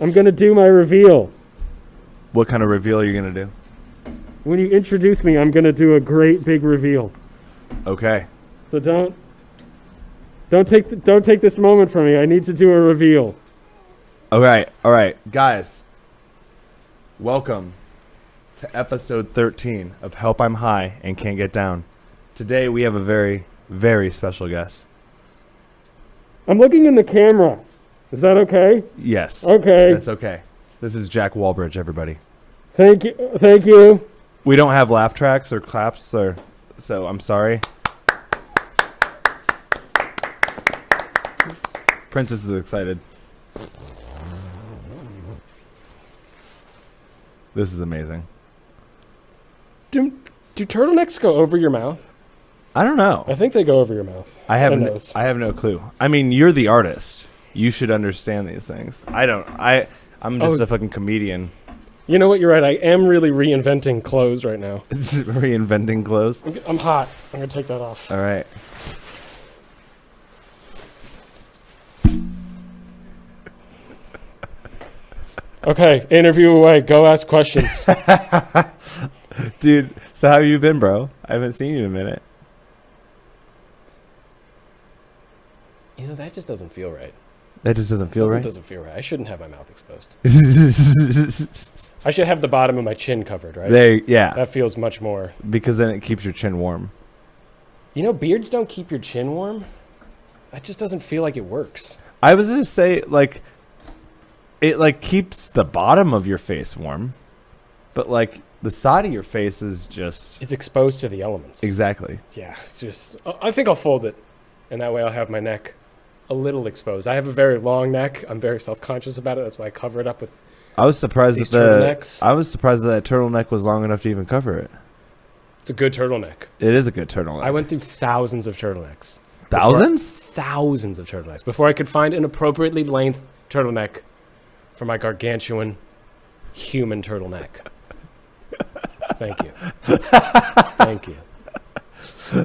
I'm gonna do my reveal. What kind of reveal are you gonna do? When you introduce me, I'm gonna do a great big reveal. Okay. So don't don't take th- don't take this moment from me. I need to do a reveal. All right. All right, guys. Welcome to episode 13 of Help I'm High and Can't Get Down. Today we have a very very special guest. I'm looking in the camera. Is that okay? Yes. Okay. That's okay. This is Jack Walbridge, everybody. Thank you. Thank you. We don't have laugh tracks or claps or so I'm sorry. Princess is excited. This is amazing. Do do turtlenecks go over your mouth? I don't I know. think they go over your mouth. I have I no, knows. I have no clue. I mean, you're the artist. You should understand these things. I don't. I I'm just Oh. a fucking comedian You know what? You're right. I am really reinventing clothes right now. reinventing clothes. I'm, g- I'm hot. I'm gonna take that off. All right. Okay, interview away. Go ask questions. Dude, so how you been, bro? I haven't seen you in a minute. you know that just doesn't feel right. That just doesn't feel That right. doesn't feel right. I shouldn't have my mouth exposed. I there, should have the bottom of my chin covered, right? yeah, That feels much more. because then it keeps your chin warm. You know, beards don't keep your chin warm. That just doesn't feel like it works. I was gonna say like, it like keeps the bottom of your face warm, but like the side of your face is just It's exposed to the elements. exactly. Yeah, it's just. I- I think I'll fold it, and that way I'll have my neck a little exposed. I have a very long neck. I'm very self-conscious about it. That's why I cover it up with. I was surprised These that turtlenecks. the I was surprised that, that turtleneck was long enough to even cover it. It's a good turtleneck. It is a good turtleneck. I went through thousands of turtlenecks, Thousands? thousands of turtlenecks before I could find an appropriately length turtleneck for my gargantuan human turtleneck. Thank you. Thank you.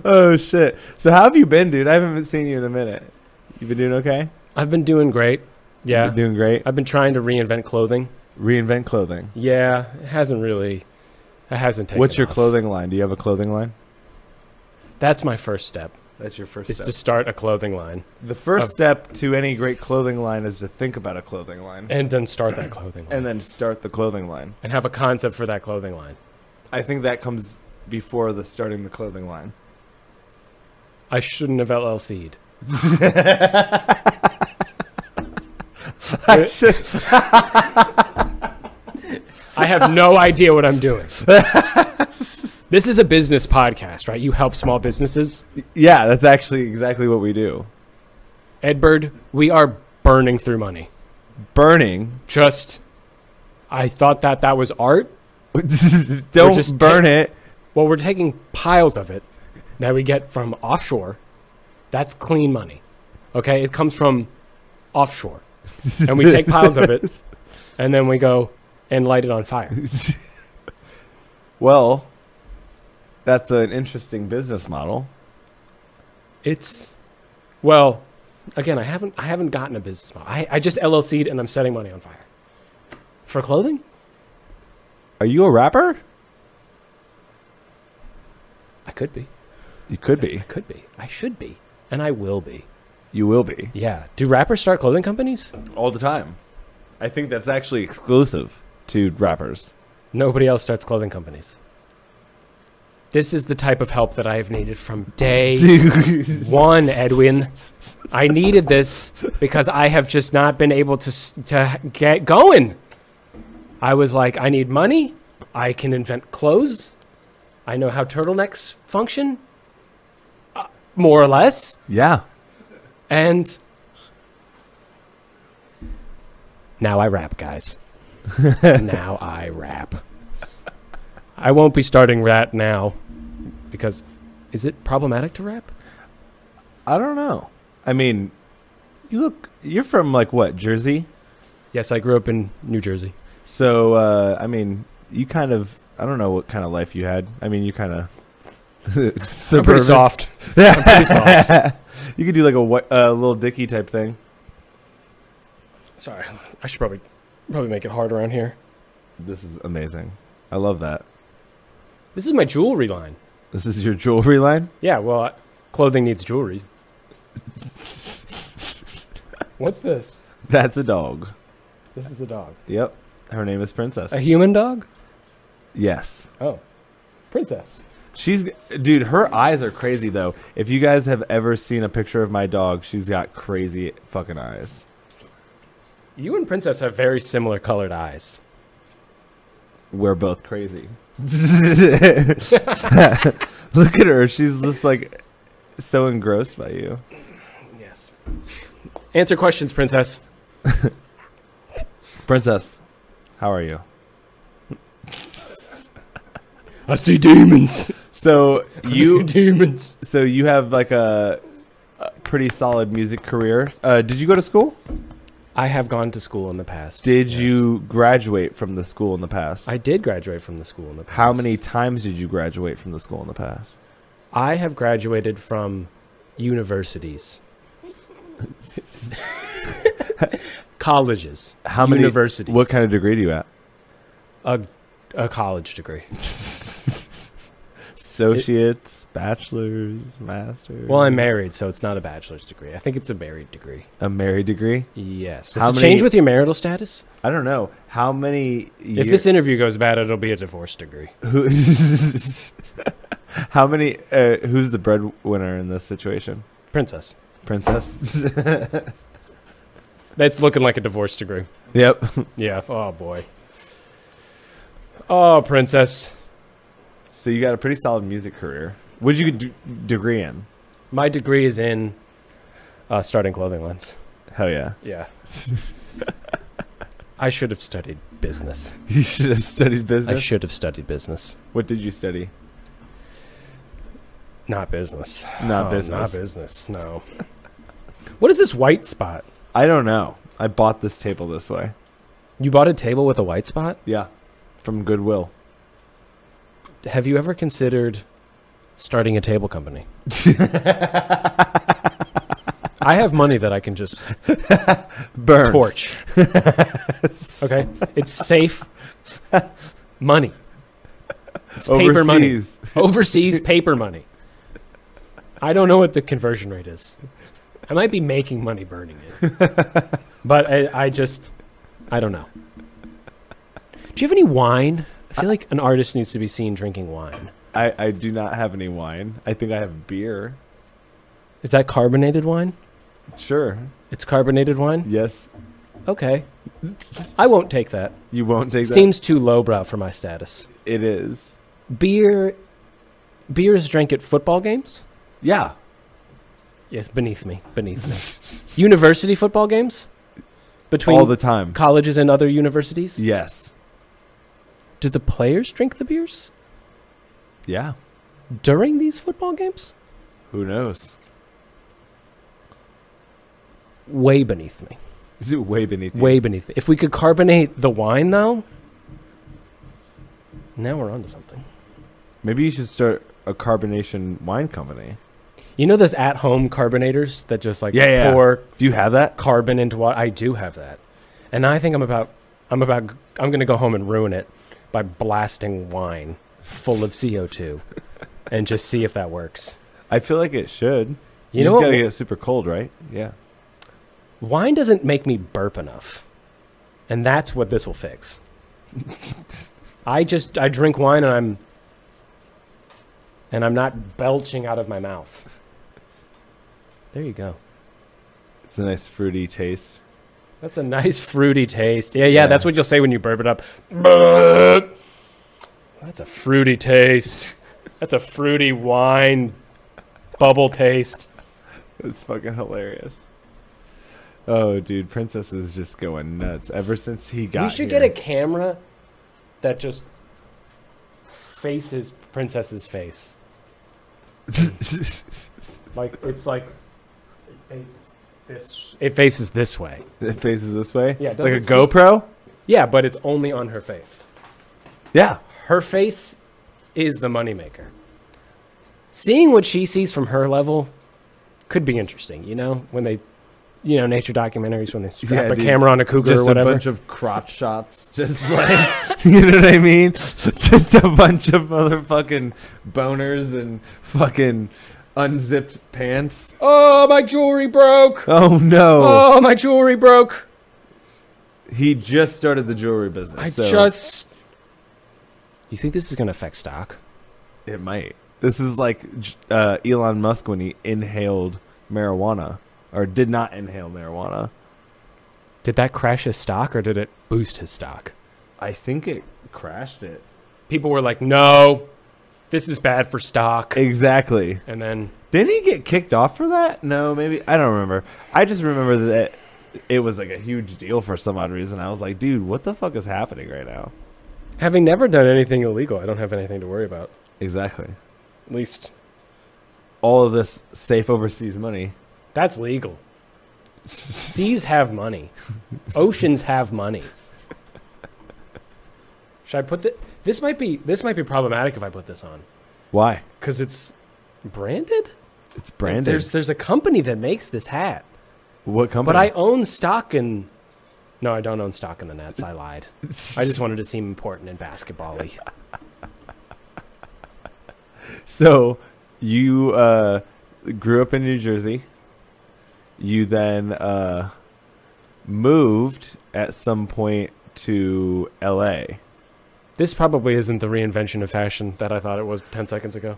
Oh shit! So how have you been, dude? I haven't seen you in a minute. You been doing okay? I've been doing great. Been Yeah. doing great. I've been trying to reinvent clothing. Reinvent clothing. Yeah, it hasn't really. It hasn't taken. What's your off. clothing line? Do you have a clothing line? That's my first step. That's your first is to start a clothing line the first of- step to any great clothing line is to think about a clothing line and then start that clothing line and then start the clothing line. and have a concept for that clothing line. I think that comes before the starting the clothing line. I shouldn't have LLC'd. I should- I have no idea what I'm doing. this is a business podcast, right? You help small businesses. yeah, that's actually exactly what we do. Edbird, we are burning through money. Burning. Just, I thought that that was art. Don't just burn ta- it. Well, we're taking piles of it that we get from offshore. That's clean money. Okay? It comes from offshore. And we take piles of it and then we go and light it on fire. well, that's an interesting business model. It's well, again, I haven't I haven't gotten a business model. I, I just LLC'd and I'm setting money on fire. For clothing? Are you a rapper? I could be. You could be. I could be. I should be. And I will be. You will be. Yeah. Do rappers start clothing companies? All the time. I think that's actually exclusive to rappers. Nobody else starts clothing companies. This is the type of help that I have needed from day one, Edwin. I needed this because I have just not been able to s- to get going. I was like, I need money. I can invent clothes. I know how turtlenecks function, uh, more or less. Yeah. And now I rap, guys. now I rap. I won't be starting that now because is it problematic to rap? I don't know. I mean, you look, you're from like what, Jersey? Yes, I grew up in New Jersey. So, uh, I mean, you kind of, I don't know what kind of life you had. I mean, you kind of. I'm pretty soft. I'm pretty soft. you could do like a whi- uh, little dicky type thing. Sorry, I should probably Probably make it hard around here. This is amazing. I love that. This is my jewelry line. This is your jewelry line? Yeah, well, I- clothing needs jewelry. What's this? That's a dog. This is a dog. Yep. Her name is Princess. A human dog? Yes. Oh, princess. She's dude, her eyes are crazy though. If you guys have ever seen a picture of my dog, she's got crazy fucking eyes. You and Princess have very similar colored eyes. We're both crazy. Look at her. She's just like so engrossed by you. Yes. Answer questions, Princess. Princess, how are you? I see demons. So you demons. so you have like a, a pretty solid music career. Uh, did you go to school? I have gone to school in the past. Did yes. you graduate from the school in the past? I did graduate from the school in the past. How many times did you graduate from the school in the past? I have graduated from universities. Colleges. How many- universities? What kind of degree do you at? of a, a college degree? Associates, bachelors, masters. Well, I'm married, so it's not a bachelor's degree. I think it's a married degree. A married degree? Yes. Does How it many- change with your marital status? I don't know. How many years? If this interview goes bad, it'll be a divorce degree. who, how many? Uh, who's the breadwinner in this situation? Princess. Princess. That's looking like a divorce degree. yep. Yeah. Oh boy. Oh, princess. So you got a pretty solid music career. What would you do- degree in? My degree is in uh, starting clothing lines. Hell yeah. Yeah. I should have studied business. You should have studied I business. should have studied business, what did you study? not business. Not Oh, business. Not business. No. what is this white spot? I don't know. I bought this table this way. You bought a table with a white spot? Yeah. From Goodwill. Have you ever considered starting a table company? I have money that I can just Burn. torch. okay, it's safe money. It's paper money. Overseas. Overseas paper money. I don't know what the conversion rate is. I might be making money burning it, but I, I just, I don't know. Do you have any wine? I feel like an artist needs to be seen drinking wine. I, I do not have any wine. I think I have beer. Is that carbonated wine? Sure. It's carbonated wine? Yes. Okay. I won't take that. You won't take It seems too lowbrow for my status. that. It is. Beer beer is drank at football games? Yeah. Yes, beneath me. Beneath me. University football games? Between All the time. colleges and other universities? Yes. Do the players drink the beers Yeah. during these football games? Who knows? Way beneath me. Is it way beneath you? Way beneath me. If we could carbonate the wine though, now we're on to something. Maybe you should start a carbonation wine company. You know those at-home carbonators that just like Yeah, yeah. pour Do you have that? carbon into water. I do have that, and I think I'm about I'm about I'm gonna go home and ruin it by blasting wine full of CO2, and just see if that works. I feel like it should. You, know just what? gotta get super cold, right? Yeah. Wine doesn't make me burp enough, and that's what this will fix. I just I drink wine and I'm and I'm not belching out of my mouth. There you go. It's a nice fruity taste. That's a nice fruity taste. Yeah, yeah, Yeah. that's what you'll say when you burp it up. Burp. That's a fruity taste. That's a fruity wine bubble taste. It's fucking hilarious. Oh, dude, Princess is just going nuts. Ever since he got you should here. get a camera that just faces Princess's face. Like it's like it faces this it faces this way. It faces this way. Yeah, it like a doesn't- GoPro. Yeah, but it's only on her face. Yeah, her face is the moneymaker. Seeing what she sees from her level could be interesting, you know, when they you know nature documentaries when they strap Yeah, a dude. camera on a cougar Just or a whatever. bunch of crotch shots. Just like, you know what I mean? Just a bunch of motherfucking boners and fucking unzipped pants. oh, my jewelry broke. Oh no. Oh, my jewelry broke. He just started the jewelry business. I so just. You think this is gonna affect stock? It might. This is like j- uh, Elon Musk when he inhaled marijuana or did not inhale marijuana. Did that crash his stock or did it boost his stock? I think it crashed it. People were like, "No, this is bad for stock," Exactly. and then Didn't he get kicked off for that? No, maybe. I don't remember. I just remember that it was like a huge deal for some odd reason. I was like, dude, what the fuck is happening right now? Having never done anything illegal, I don't have anything to worry about. Exactly. At least All of this safe overseas money. that's legal. Seas have money. Oceans have money. Should I put the this might be this might be problematic if I put this on Why? cuz it's branded? It's Like, branded. There's there's a company that makes this hat, what company? but I own stock in No, I don't own stock in the Nets. I lied. I just wanted to seem important and basketball-y. So you uh, grew up in New Jersey. You then uh, moved at some point to LA. This probably isn't the reinvention of fashion that I thought it was 10 seconds ago.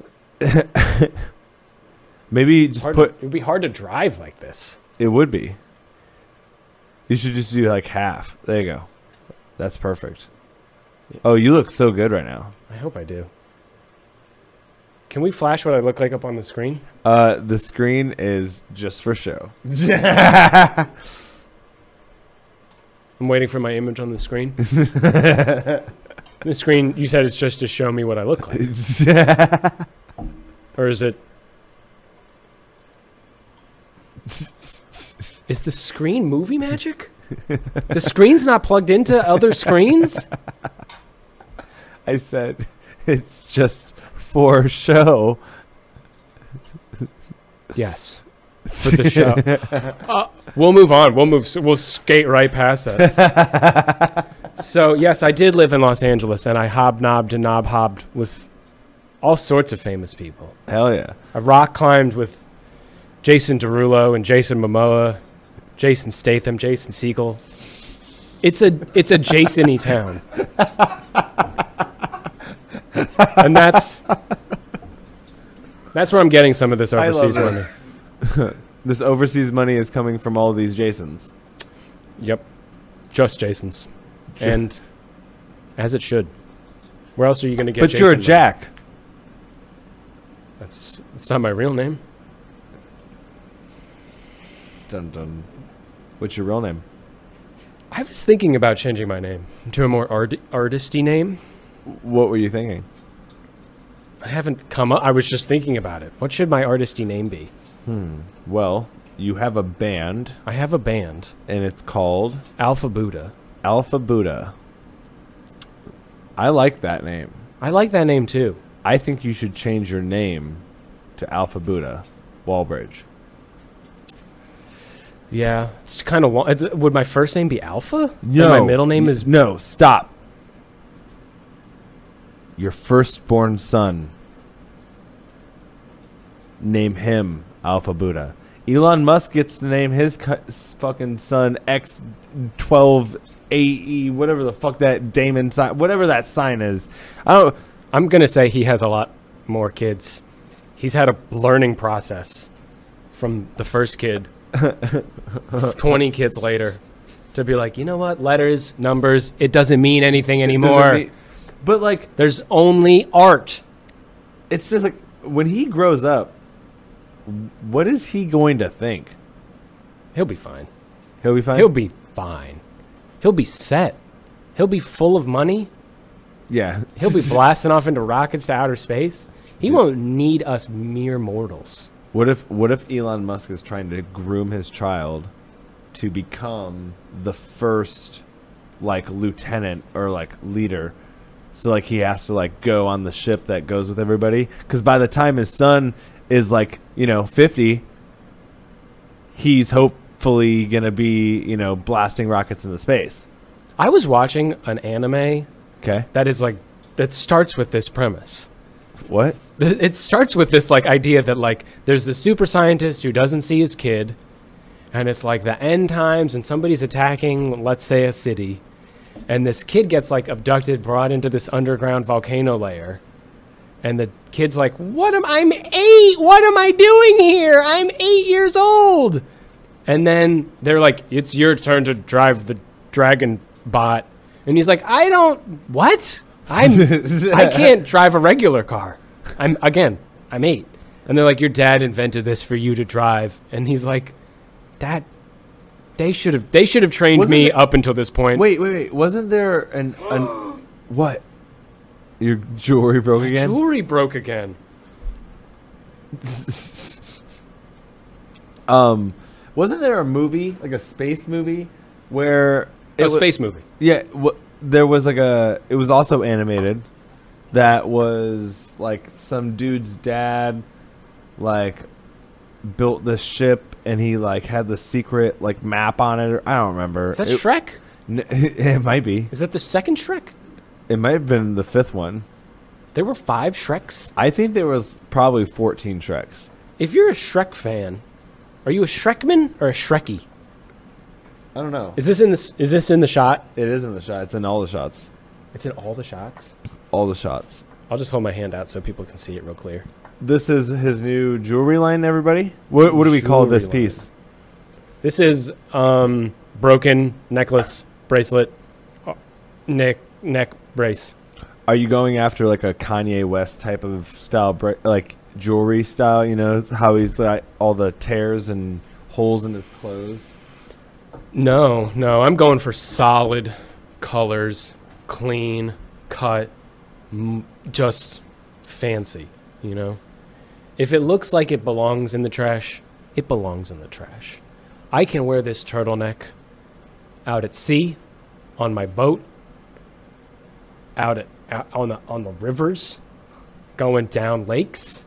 Maybe you just Hard- put it'd be hard to drive like this. it would be. You should just do like half. There you go. That's perfect. Oh, you look so good right now. I hope I do. Can we flash what I look like up on the screen? Uh, the screen is just for show. That's I'm waiting for my image on the screen. the screen, you said it's just to show me what I look like. Or is it. Is the screen movie magic? The screen's not plugged into other screens? I said it's just for show. Yes. For the show. Uh, we'll move on. We'll move. We'll skate right past that. so yes, I did live in Los Angeles, and I hobnobbed and knob hobbed with all sorts of famous people. Hell yeah. I rock climbed with Jason Derulo and Jason Momoa, Jason Statham, Jason Segel. It's a it's a Jasony town, and that's that's where I'm getting some of this I love overseas this. money. This overseas money is coming from all these Jasons. Yep. Just Jason's. And as it should. Where else are you going to get but Jason? you're a money? Jack. That's, that's not my real name. Dun dun. What's your real name? I was thinking about changing my name to a more art- artisty name. What were you thinking? I haven't come up. I was just thinking about it. What should my artisty name be? Well, you have a band, I have a band, and it's called Alpha Buddha. Alpha Buddha. I like that name. I like that name too. I think you should change your name to Alpha Buddha Wallbridge. Yeah, it's kind of long. it's- Would my first name be Alpha? And my middle name y- is no. Stop. Your firstborn son. Name him Alpha Buddha. Elon Musk gets to name his cu- s- fucking son X twelve AE whatever the fuck that Damon sign whatever that sign is. I don't. I'm going to say he has a lot more kids. He's had a learning process from the first kid, 20 kids later, to be like, you know what? Letters, numbers, it doesn't mean anything anymore. doesn't mean- But like There's only art. it's just like when he grows up, what is he going to think? He'll be fine. He'll be fine. He'll be fine. He'll be set. He'll be full of money. yeah. He'll be blasting off into rockets to outer space. He won't need us mere mortals. What if what if Elon Musk is trying to groom his child to become the first like lieutenant or like leader? So like he has to like go on the ship that goes with everybody cuz by the time his son is like, you know, 50, he's hope fully gonna be you know blasting rockets into space. I was watching an anime Okay, that is like that starts with this premise. what? Th- it starts with this like idea that like there's this super scientist who doesn't see his kid and it's like the end times and somebody's attacking let's say a city and this kid gets like abducted brought into this underground volcano layer and the kid's like what am i'm eight what am i doing here i'm eight years old and then they're like it's your turn to drive the dragon bot and he's like i don't what i'm I can't drive a regular car. I'm again, I'm eight. And they're like, Your dad invented this for you to drive and he's like, That they should have they should have trained Wasn't me it- up until this point. Wait, wait, wait. Wasn't there an an what? Your jewelry broke again. jewelry broke again. um, wasn't there a movie like a space movie where A wa- space movie. Yeah, w- there was like a. It was also animated. That was like some dude's dad, like, built this ship, and he like had the secret like map on it. Or, I don't remember. Is that it, Shrek? n- it might be. Is that the second Shrek? It might have been the fifth one. There were five Shreks. I think there was probably fourteen Shreks. If you're a Shrek fan, are you a Shrekman or a Shrekkie? I don't know. Is this in this is this in the shot? It is in the shot. It's in all the shots. It's in all the shots. All the shots. I'll just hold my hand out so people can see it real clear. This is his new jewelry line. Everybody, what, what do we call this Jewelry line. piece? This is um, broken necklace, bracelet, uh, neck neck brace. Are you going after like a Kanye West type of style, bra- like jewelry style? You know how he's like all the tears and holes in his clothes. No, no, I'm going for solid colors, clean cut, m- just fancy. You know, if it looks like it belongs in the trash, it belongs in the trash. I can wear this turtleneck out at sea, on my boat, out at out on the on the rivers, going down lakes.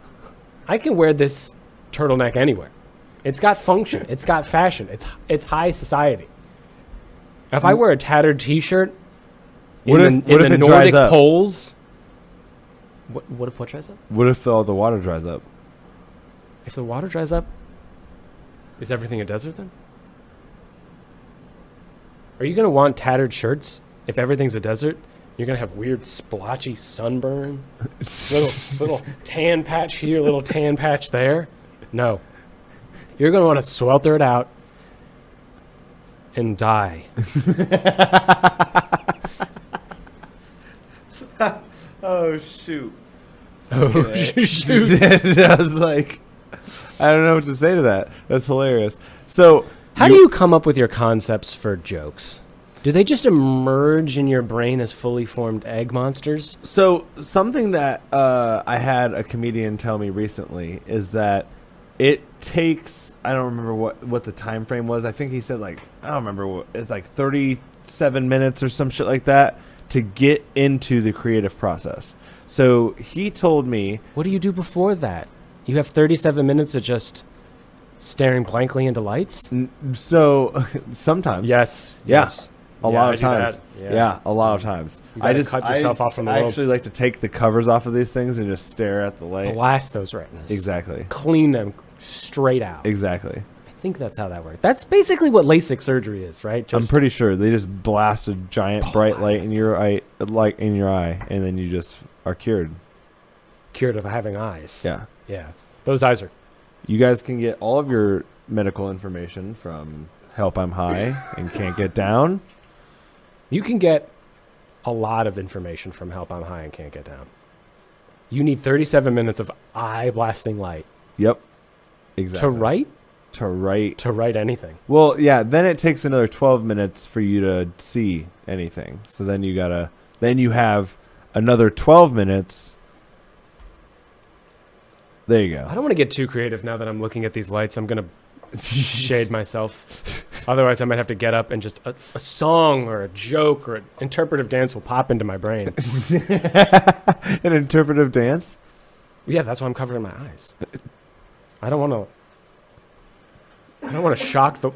I can wear this turtleneck anywhere. It's got function. It's got fashion. It's it's high society. If I wear a tattered T-shirt in Mm. What the, if- in what the if it dries Nordic up? poles, what what if what dries up? What if all the water dries up? If the water dries up, is everything a desert then? Are you gonna want tattered shirts if everything's a desert? You're gonna have weird splotchy sunburn, little little tan patch here, little tan patch there. No, you're gonna want to swelter it out and die. Oh shoot! Oh shoot! I was like, I don't know what to say to that. That's hilarious. So How do you come up with your concepts for jokes? Do they just emerge in your brain as fully formed egg monsters? So something that uh, I had a comedian tell me recently is that it takes I don't remember what what the time frame was. I think he said like I don't remember what it's like 37 minutes or some shit like that to get into the creative process. So he told me What do you do before that? You have 37 minutes of just staring blankly into lights? n- so sometimes Yes. Yeah. Yes. a Yeah, lot I of do that. times. Yeah. Yeah. a lot of times. You I gotta just cut yourself I, off from the I world. actually like to take the covers off of these things and just stare at the light. Blast those retinas. Exactly. Clean them straight out. Exactly. I think that's how that works. That's basically what LASIK surgery is, right? I'm Just pretty sure they just blast a giant bright light in your eye, light in your eye, and then you just are cured. cured of having eyes. Yeah. Yeah. Those eyes are. You guys can get all of your medical information from Help I'm High and Can't Get Down. You can get a lot of information from Help I'm High and Can't Get Down. You need 37 minutes of eye blasting light Yep. to Exactly. write To right. to write anything. Well, yeah. Then it takes another 12 minutes for you to see anything. So then you gotta. Then you have another 12 minutes. There you I go. don't want to get too creative now that I'm looking at these lights. I'm gonna shade myself. Otherwise, I might have to get up and just a, a song or a joke or an interpretive dance will pop into my brain. An interpretive dance. yeah, that's why I'm covering my eyes. I don't want to. I don't want to shock the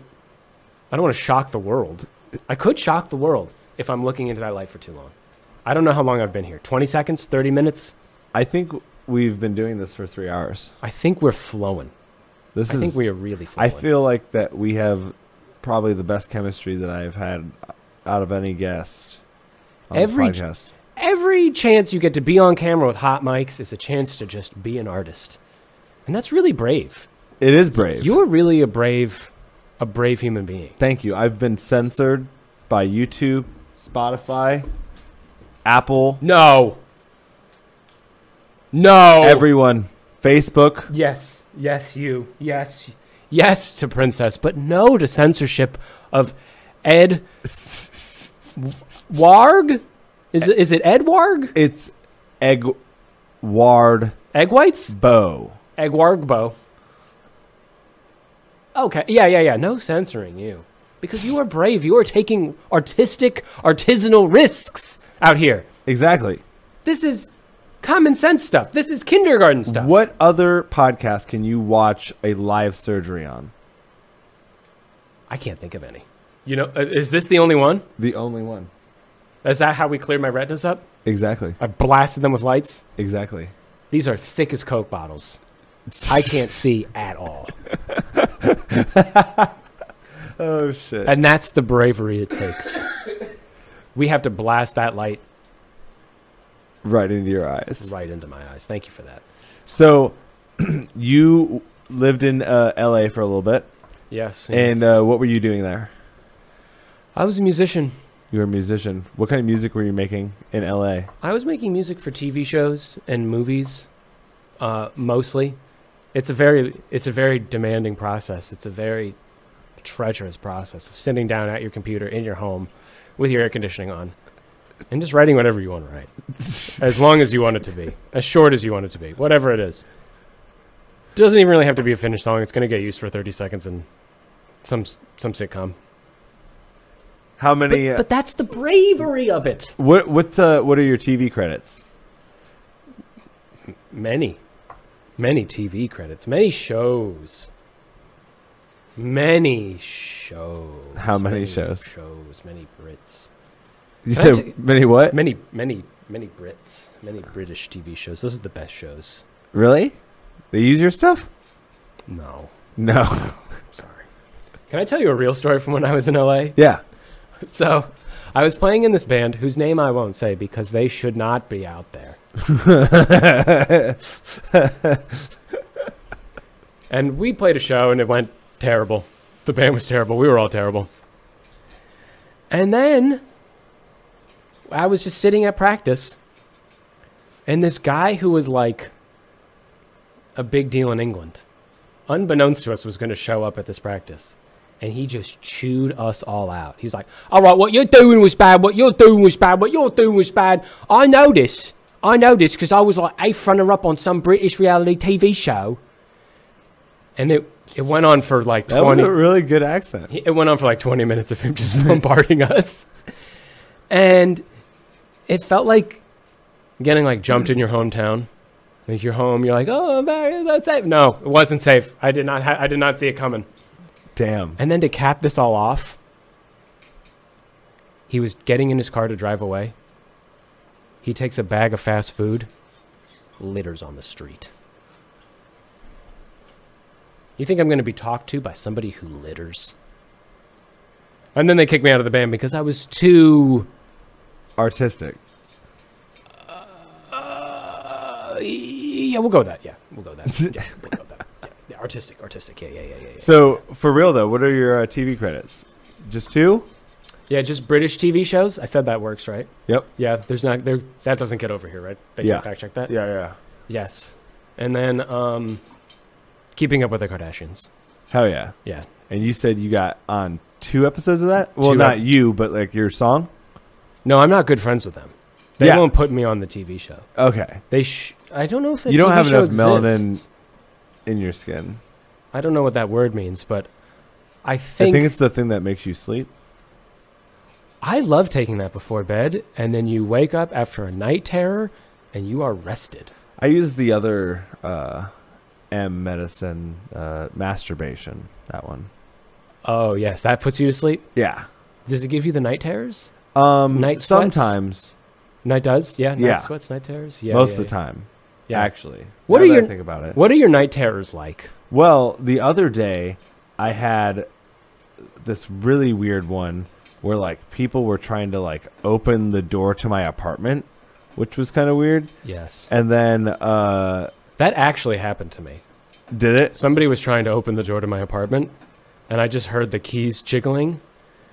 I don't want to shock the world. I could shock the world if I'm looking into that light for too long. I don't know how long I've been here. 20 seconds, 30 minutes. I think we've been doing this for three hours. I think we're flowing. This I is. think we are really flowing. I feel like that we have probably the best chemistry that I've had out of any guest on Every- the podcast. every chance you get to be on camera with hot mics is a chance to just be an artist. And that's really brave. It is brave. You are really a brave a brave human being. Thank you. I've been censored by YouTube, Spotify, Apple, No. No. everyone, Facebook. Yes, yes, you. Yes, yes to Princess, but no to censorship of Ed Warg. Is it, is it Ed Warg? It's Edward Egg whites? Bo. Egg Wargbo. Okay, yeah, yeah, yeah. No censoring you. Because you are brave. You are taking artistic, artisanal risks out here. Exactly. This is common sense stuff. This is kindergarten stuff. What other podcast can you watch a live surgery on? I can't think of any. You know, uh, is this the only one? The only one. Is that how we cleared my retinas up? Exactly. I blasted them with lights. Exactly. These are thick as Coke bottles. I can't see at all. Oh shit. And that's the bravery it takes. We have to blast that light right into your eyes. right into my eyes. Thank you for that. So you lived in uh, LA for a little bit. Yes. And uh, what were you doing there? I was a musician. You were a musician. What kind of music were you making in LA? I was making music for TV shows and movies, uh, mostly. It's a very it's a very demanding process. It's a very treacherous process of sitting down at your computer in your home with your air conditioning on and just writing whatever you want to write. as long as you want it to be. As short as you want it to be. Whatever it is. Doesn't even really have to be a finished song. It's gonna get used for thirty seconds in some some sitcom. How But, many? uh, but that's the bravery of it. what what's uh, what are your TV credits? many, many TV credits, many shows, many shows. How many shows? Shows, many Brits, You Can I said t- many what? many, many, many Brits, many British TV shows. Those are the best shows. Really? They use your stuff? No, No. I'm sorry. Can I tell you a real story from when I was in LA? yeah. So, I was playing in this band whose name I won't say because they should not be out there. And we played a show and it went terrible. The band was terrible. We were all terrible. And then I was just sitting at practice and this guy who was like a big deal in England, unbeknownst to us, was going to show up at this practice. And he just chewed us all out. He was like, All right, what you're doing was bad. What you're doing was bad. What you're doing was bad. I know this. I know this because I was like eighth runner up on some British reality TV show. And it, it went on for like That 20 was a really good accent. he- it went on for like 20 minutes of him just bombarding us and it felt like getting like jumped in your hometown like you're home you're like oh I'm back, that's safe no it wasn't safe i did not ha- i did not see it coming Damn. and then to cap this all off he was getting in his car to drive away he takes a bag of fast food litters on the street you think I'm going to be talked to by somebody who litters? And then they kicked me out of the band because I was too. Artistic. Uh, yeah, we'll go with that. Yeah, we'll go with that. Yeah, we'll go with that. Yeah, yeah, artistic, artistic. Yeah, yeah, yeah, yeah, yeah. So for real though, what are your uh, TV credits? Just two? Yeah, just British TV shows. I said that works, right? Yep. Yeah, there's not there. That doesn't get over here, right? They Yeah. can fact check that. Yeah, yeah. Yes, and then um, keeping up with the Kardashians. Hell yeah. Yeah, And you said you got on two episodes of that? Well, Two not ep- you, but like your song? no, I'm not good friends with them. They Yeah. won't put me on the TV show. Okay. They sh- I don't know if the You don't TV have show enough melanin exists. In your skin. I don't know what that word means, but I think I I, think it's the thing that makes you sleep. love taking that before bed, and then you wake up after a night terror, and you are rested. I use the other uh, M medicine, uh, masturbation. That one. Oh yes, that puts you to sleep. Yeah. Does it give you the night terrors? Um, Night sweats? sometimes, Night does. Yeah. Night Yeah. sweats, night terrors. Yeah. most yeah, of the yeah. time, Yeah. actually. What now are that I your- think about it? What are your night terrors like? Well, the other day I had this really weird one where like people were trying to like open the door to my apartment, which was kind of weird. Yes. And then uh That actually happened to me. did it? Somebody was trying to open the door to my apartment, and I just heard the keys jiggling,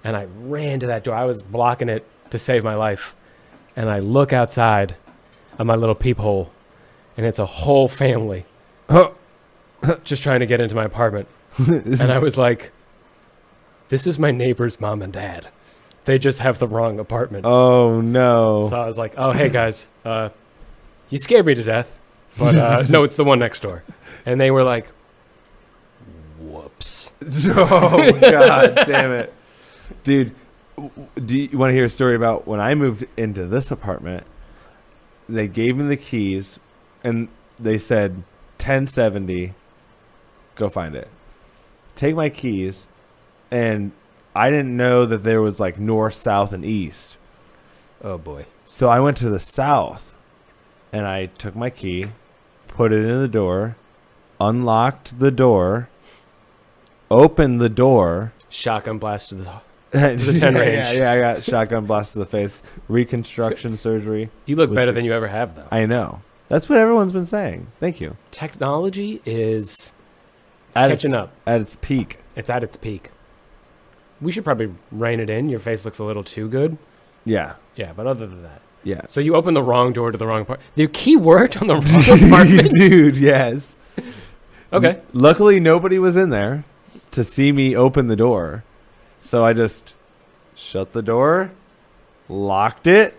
and I ran to that door. I was blocking it to save my life, and I look outside of my little peephole, and it's a whole family just trying to get into my apartment. And I was like, "This is my neighbor's mom and dad. They just have the wrong apartment." oh no. So I was like, "Oh, hey guys, uh, you scared me to death, but uh, no, it's the one next door." And they were like, "Whoops." oh god damn it. Dude, w- w- do you want to hear a story about when I moved into this apartment? They gave me the keys and they said 1070 go find it. Take my keys and I didn't know that there was like north, south and east. Oh boy. So I went to the south and I took my key, put it in the door, unlocked the door, opened the door. Shotgun blast to the. to the 10 yeah, range. Yeah, yeah, I got shotgun blast to the face, reconstruction surgery. You look Was better it- than you ever have, though. I know. That's what everyone's been saying. Thank you. Technology is At catching its, up. At its peak. It's at its peak. We should probably rein it in. Your face looks a little too good. Yeah. Yeah, but other than that. Yeah. So you open the wrong door to the wrong part. The key worked on the wrong apartment. Dude, yes. Okay. Luckily, nobody was in there to see me open the door. So I just shut the door, locked it,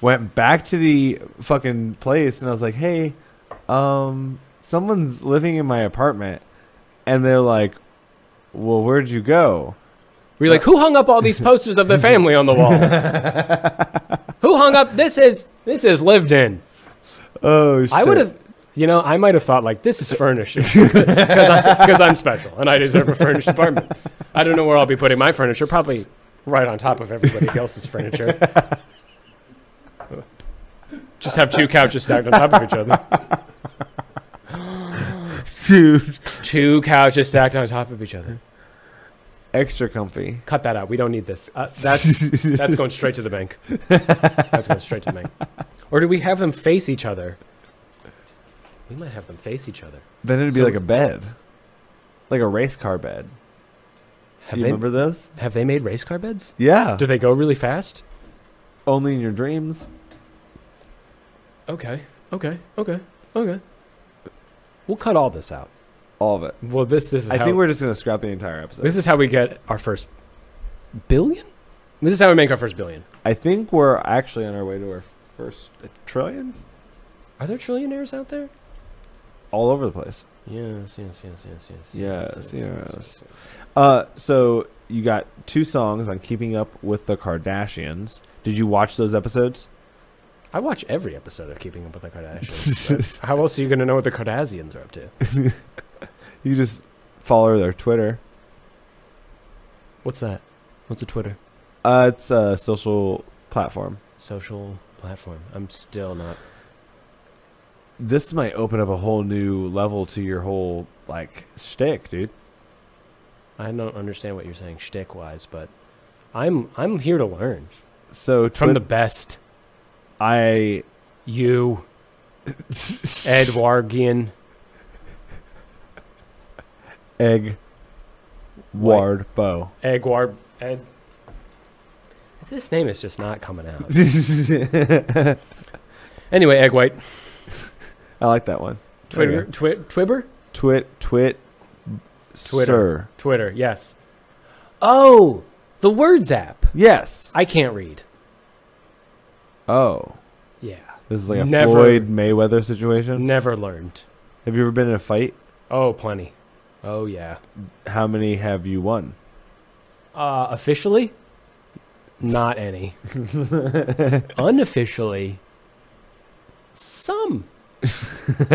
went back to the fucking place, and I was like, hey, um, someone's living in my apartment. And they're like, well, where'd you go? We're like, who hung up all these posters of their family on the wall? who hung up? This is this is lived in. Oh, shit. I would have, you know, I might have thought like this is furnished because I'm special and I deserve a furnished apartment. I don't know where I'll be putting my furniture. Probably right on top of everybody else's furniture. Just have two couches stacked on top of each other. Dude. Two couches stacked on top of each other. Extra comfy. Cut that out. We don't need this. Uh, that's that's going straight to the bank. That's going straight to the bank. Or do we have them face each other? We might have them face each other. Then it'd be So- like a bed, like a race car bed. Have you they remember those? have they made race car beds? Yeah. Do they go really fast? Only in your dreams. Okay, okay, okay, okay. We'll cut all this out. All of it. Well, this this is I how think we're just gonna scrap the entire episode. this is how we get our first billion. This is how we make our first billion. I think we're actually on our way to our first trillion. Are there trillionaires out there? All over the place. Yes, yes, yes, yes, yes. Yes, yes. Uh, so you got two songs on keeping up with the Kardashians. Did you watch those episodes? I watch every episode of Keeping Up with the Kardashians. but how else are you going to know what the Kardashians are up to? You just follow their Twitter. What's that? What's a Twitter Uh, it's a social platform. social platform? I'm still not. This might open up a whole new level to your whole like shtick, dude. I don't understand what you're saying shtick wise, but I'm I'm here to learn So from twi- the best. I You, Edwardian. egg ward bow. Edward. Ed. This name is just not coming out. I Anyway, Egg White. like that one. There you Twitter. go. Twi- Twibber? twit, twit, Twitter. sir. Twitter, yes. Oh, the Words app. Yes. I can't read. Oh, Yeah. this is like a Never. Floyd Mayweather situation. Never learned. Have you ever been in a fight? Oh, plenty. Oh, yeah. How many have you won? Uh, officially? Not any. Unofficially? Some.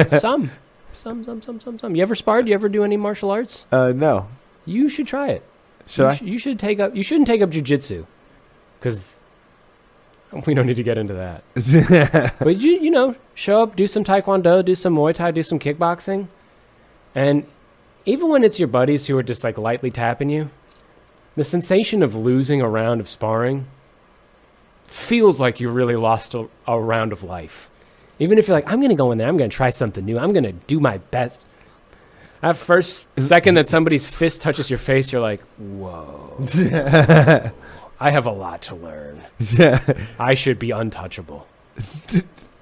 some. Some, some, some, some, some. You ever sparred? You ever do any martial arts? Uh, no. You should try it. Should you, I? sh- you should take up. You shouldn't take up jujitsu, because we don't need to get into that. but you you know show up, do some taekwondo, do some muay thai, do some kickboxing, and even when it's your buddies who are just like lightly tapping you, the sensation of losing a round of sparring feels like you really lost a, a round of life. Even if you're like, I'm gonna go in there, I'm gonna try something new, I'm gonna do my best. That first second that somebody's fist touches your face, you're like, whoa, yeah. I have a lot to learn. I should be untouchable.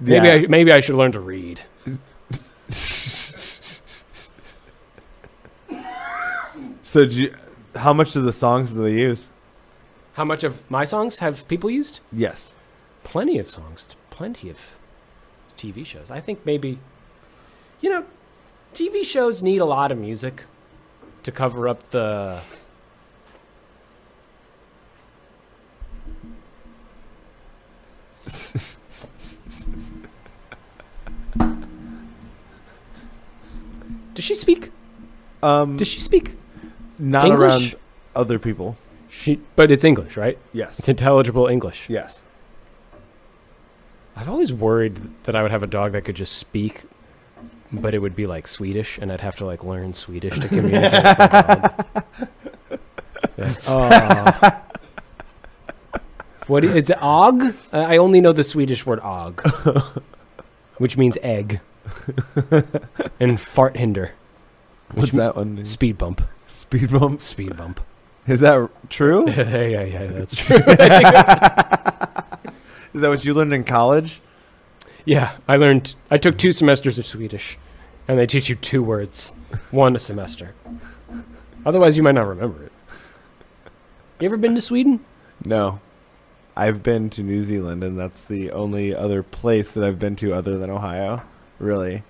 Maybe Yeah. I maybe I should learn to read. so, do you, how much of the songs do they use? How much of my songs have people used? Yes. Plenty of songs, plenty of TV shows. I think maybe, you know, TV shows need a lot of music to cover up the. Does she speak? Um, Does she speak? not English? around other people. She, but it's English, right? It's Yes. intelligible English. Yes. I've always worried that I would have a dog that could just speak, but it would be like Swedish, and I'd have to like learn Swedish to communicate. with my dog. Like, "Aw." Oh. What i- it's og? I I only know the Swedish word og, which means egg, and fart hinder, What's me- that one? mean? speed bump, Speed bumps. speed bump. Is that true? yeah, yeah, yeah, that's true. Is that what you learned in college? Yeah, I learned. I took two semesters of Swedish, and they teach you two words, one a semester. Otherwise, you might not remember it. You ever been to Sweden? No. I've been to New Zealand, and that's the only other place that I've been to other than Ohio. Really?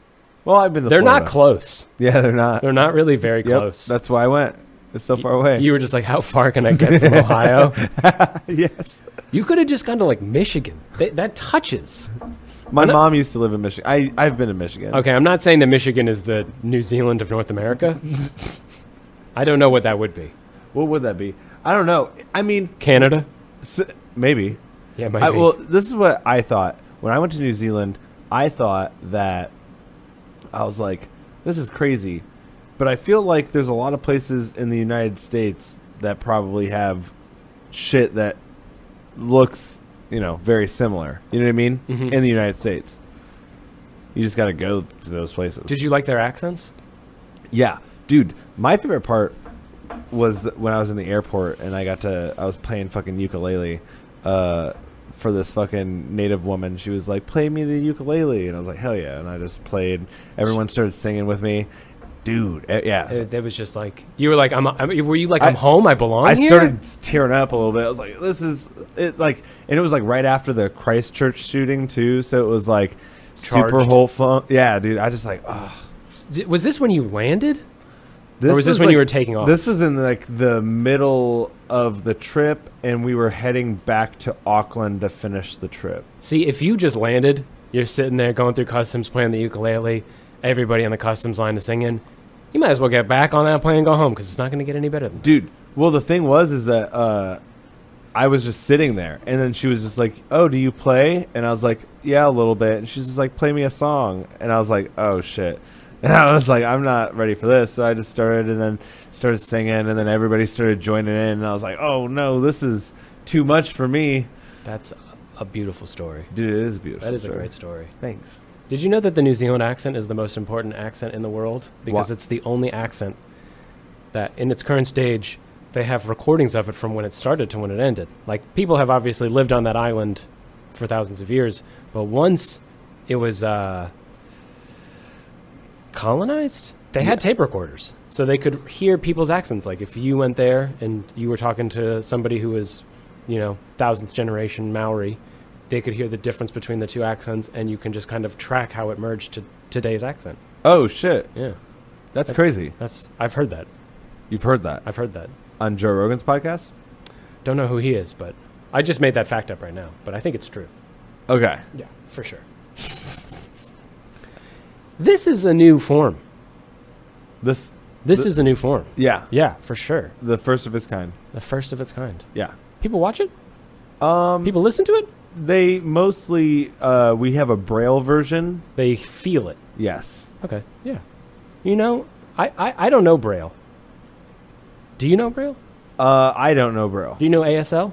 Well, I've been to They're Florida. not close. yeah, they're not. They're not really very Yep, close. That's why I went. It's so Y- far away. You were just like, how far can I get from Ohio? yes. You could have just gone to like Michigan. They, that touches. My I'm not- mom used to live in Michigan. I, I've been to Michigan. Okay, I'm not saying that Michigan is the New Zealand of North America. I don't know what that would be. What would that be? I don't know. I mean, Canada? s maybe. Yeah, maybe. I, well, this is what I thought. When I went to New Zealand, I thought that I was like, this is crazy. But I feel like there's a lot of places in the United States that probably have shit that looks, you know, very similar. You know what I mean? Mhm. In the United States. You just got to go to those places. Did you like their accents? Yeah, dude. My favorite part was th- when I was in the airport and I got to I was playing fucking ukulele uh, for this fucking native woman. She was like, "Play me the ukulele," and I was like, "Hell yeah!" And I just played. Everyone started singing with me, dude. eh, yeah. It, it was just like you were like I'm, I'm were you like I'm I- home I belong I here? started tearing up a little bit. I was like, "This is it." Like, and it was like right after the Christchurch shooting too, so it was like super Charged. whole fun. Yeah, dude. I just like, oh, D- was this when you landed? This was this when you like- were taking off? This was in like the middle of the trip, and we were heading back to Auckland to finish the trip. See, if you just landed, you're sitting there going through customs playing the ukulele, everybody on the customs line is singing. You might as well get back on that plane and go home because it's not going to get any better. than- Dude, well, the thing was is that uh, I was just sitting there, and then she was just like, "Oh, do you play?" And I was like, "Yeah, a little bit." And she's just like, "Play me a song," and I was like, "Oh shit." And I was like, I'm not ready for this. So I just started and then started singing, and then everybody started joining in. And I was like, oh no, this is too much for me. That's a- a beautiful story. Dude, it is beautiful. That is story. a great story. Thanks. Did you know that the New Zealand accent is the most important accent in the world because Wha- it's the only accent that, in its current stage, they have recordings of it from when it started to when it ended. Like people have obviously lived on that island for thousands of years, but once it was uh, colonized, they had tape recorders, so they could hear people's accents. Like if you went there and you were talking to somebody who was, you know, thousandth generation Maori, they could hear the difference between the two accents, and you can just kind of track how it merged to today's accent. Oh shit, Yeah, that's That- crazy. that's I've heard that. You've heard that I've heard that. on Joe Rogan's podcast. Don't know who he is, but I just made that fact up right now. But I think it's true. Okay, Yeah, for sure. this is a new form. this This The- is a new form. Yeah, Yeah, for sure. the first of its kind. The first of its kind. Yeah. People watch it? Um, People listen to it? they mostly uh, we have a braille version. They feel it. Yes. Okay. Yeah. You know, I, I, I don't know Braille. Do you know Braille? Uh, I don't know braille. Do you know ASL?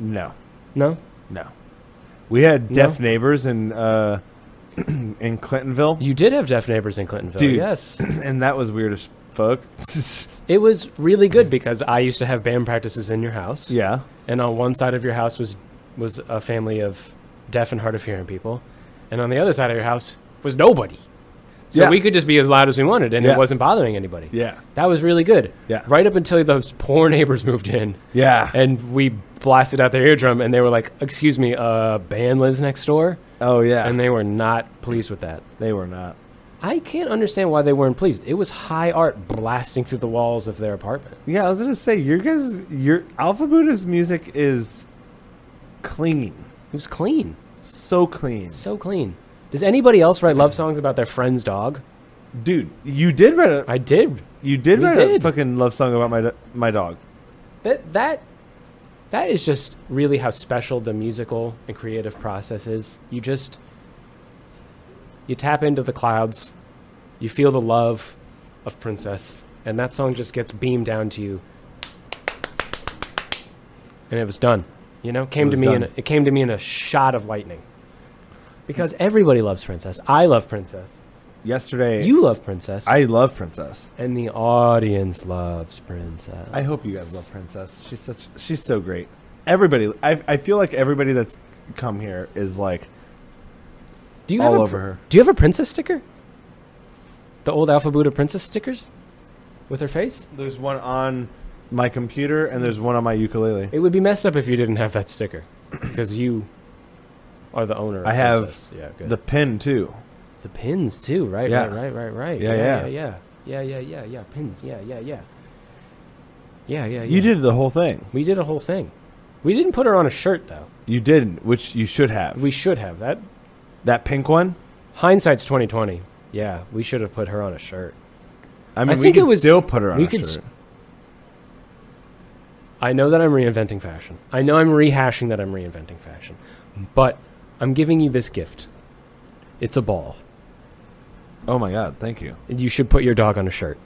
No, No? no. We had No? deaf neighbors in uh, in Clintonville, You did have deaf neighbors in Clintonville. Dude. Yes. and that was weird as fuck. It was really good because I used to have band practices in your house. yeah. And on one side of your house was was a family of deaf and hard of hearing people, and on the other side of your house was nobody. So Yeah. we could just be as loud as we wanted, and Yeah. it wasn't bothering anybody. Yeah. That was really good. Yeah. Right up until those poor neighbors moved in, Yeah. and we blasted out their eardrum, and they were like, "Excuse me, a band lives next door," oh yeah. and they were not pleased with that. they were not. I can't understand why they weren't pleased. It was high art blasting through the walls of their apartment. Yeah, I was gonna say your guys, your Alpha Buddha's music is clean, It was clean. so clean, So clean. Does anybody else write love songs about their friend's dog? dude. You did write a, I did. you did we write a did. fucking love song about my do- my dog. That that that is just really how special the musical and creative process is. You just you tap into the clouds, you feel the love of Princess, and that song just gets beamed down to you. And it was done. You know, came to was me in done. it came to me in a shot of lightning. Because everybody loves Princess. I love Princess. Yesterday, You love Princess. I love Princess. And the audience loves Princess. I hope you guys love Princess. She's such she's so great. Everybody, I I feel like everybody that's come here is like do you all have a over her. Do you have a princess sticker? The old Alpha Buddha princess stickers? With her face? There's one on my computer and there's one on my ukulele. It would be messed up if you didn't have that sticker. Because you are the owner of I have princess. yeah, good. The pin too. the pins too, right? Yeah. Right, right, right, right. Yeah, yeah. Yeah, yeah, yeah, yeah, yeah. Pins, yeah, yeah, yeah. Yeah, yeah, yeah. You did the whole thing. We did a whole thing. We didn't put her on a shirt though. You didn't, which you should have. We should have. That that pink one. hindsight's twenty twenty. Yeah, we should have put her on a shirt. I mean, we think it could was- still put her on. we a could shirt. s- I know that I'm reinventing fashion. I know I'm rehashing that I'm reinventing fashion. But I'm giving you this gift. It's a ball. oh my god, thank you. And you should put your dog on a shirt.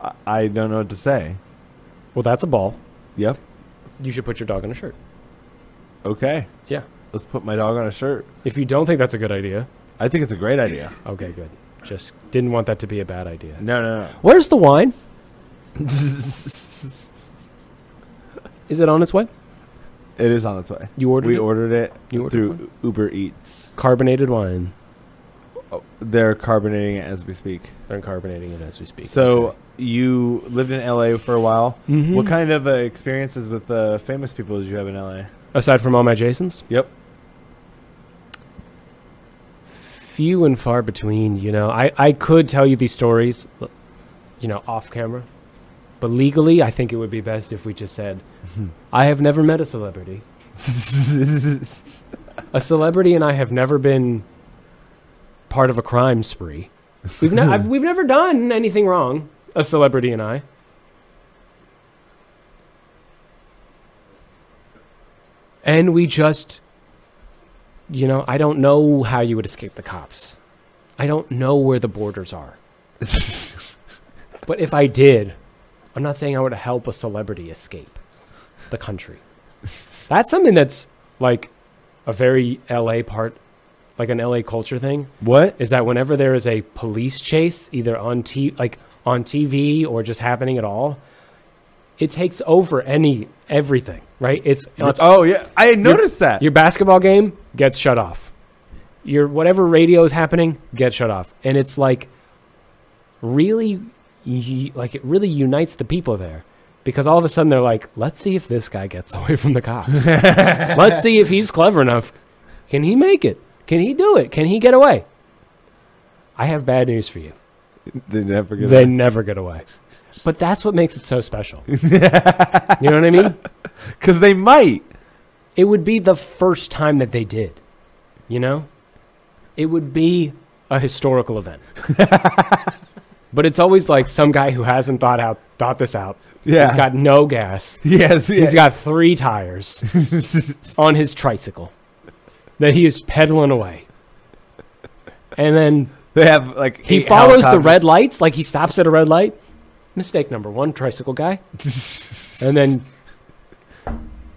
I, I don't know what to say. Well, that's a ball. Yep. You should put your dog on a shirt. Okay. Yeah. Let's put my dog on a shirt. If you don't think that's a good idea, I think it's a great idea. okay, good. Just didn't want that to be a bad idea. No, no, Where's the wine? no. Is it on its way? it is on its way. You ordered we it? ordered it You ordered through one? Uber Eats. Carbonated wine. Oh, they're carbonating it as we speak. They're carbonating it as we speak. So you lived in LA for a while. Mhm. What kind of uh, experiences with uh, famous people did you have in LA? aside from all my Jasons, Yep. few and far between you know i i could tell you these stories l- you know off camera but legally i think it would be best if we just said i have never met a celebrity a celebrity and i have never been part of a crime spree we've, ne- I've, we've never done anything wrong a celebrity and i and we just you know i don't know how you would escape the cops i don't know where the borders are but if i did i'm not saying i would help a celebrity escape the country that's something that's like a very la part like an la culture thing what? is that whenever there is a police chase either on t like on tv or just happening at all it takes over any everything right it's, it's oh yeah, I had noticed that. your basketball game gets shut off. Your whatever radio is happening gets shut off, and it's like really, y- like it really unites the people there because all of a sudden they're like, let's see if this guy gets away from the cops. let's see if he's clever enough. Can he make it? Can he do it? Can he get away? I have bad news for you. they never get They it. never get away. But that's what makes it so special. you know what I mean? Cause they might. it would be the first time that they did. You know? It would be a historical event. but it's always like some guy who hasn't thought out thought this out. Yeah. He's got no gas. yes. He's got three tires on his tricycle that he is pedaling away. And then they have like he eight follows the red helicopters. lights, like he stops at a red light. Mistake number one, tricycle guy. And then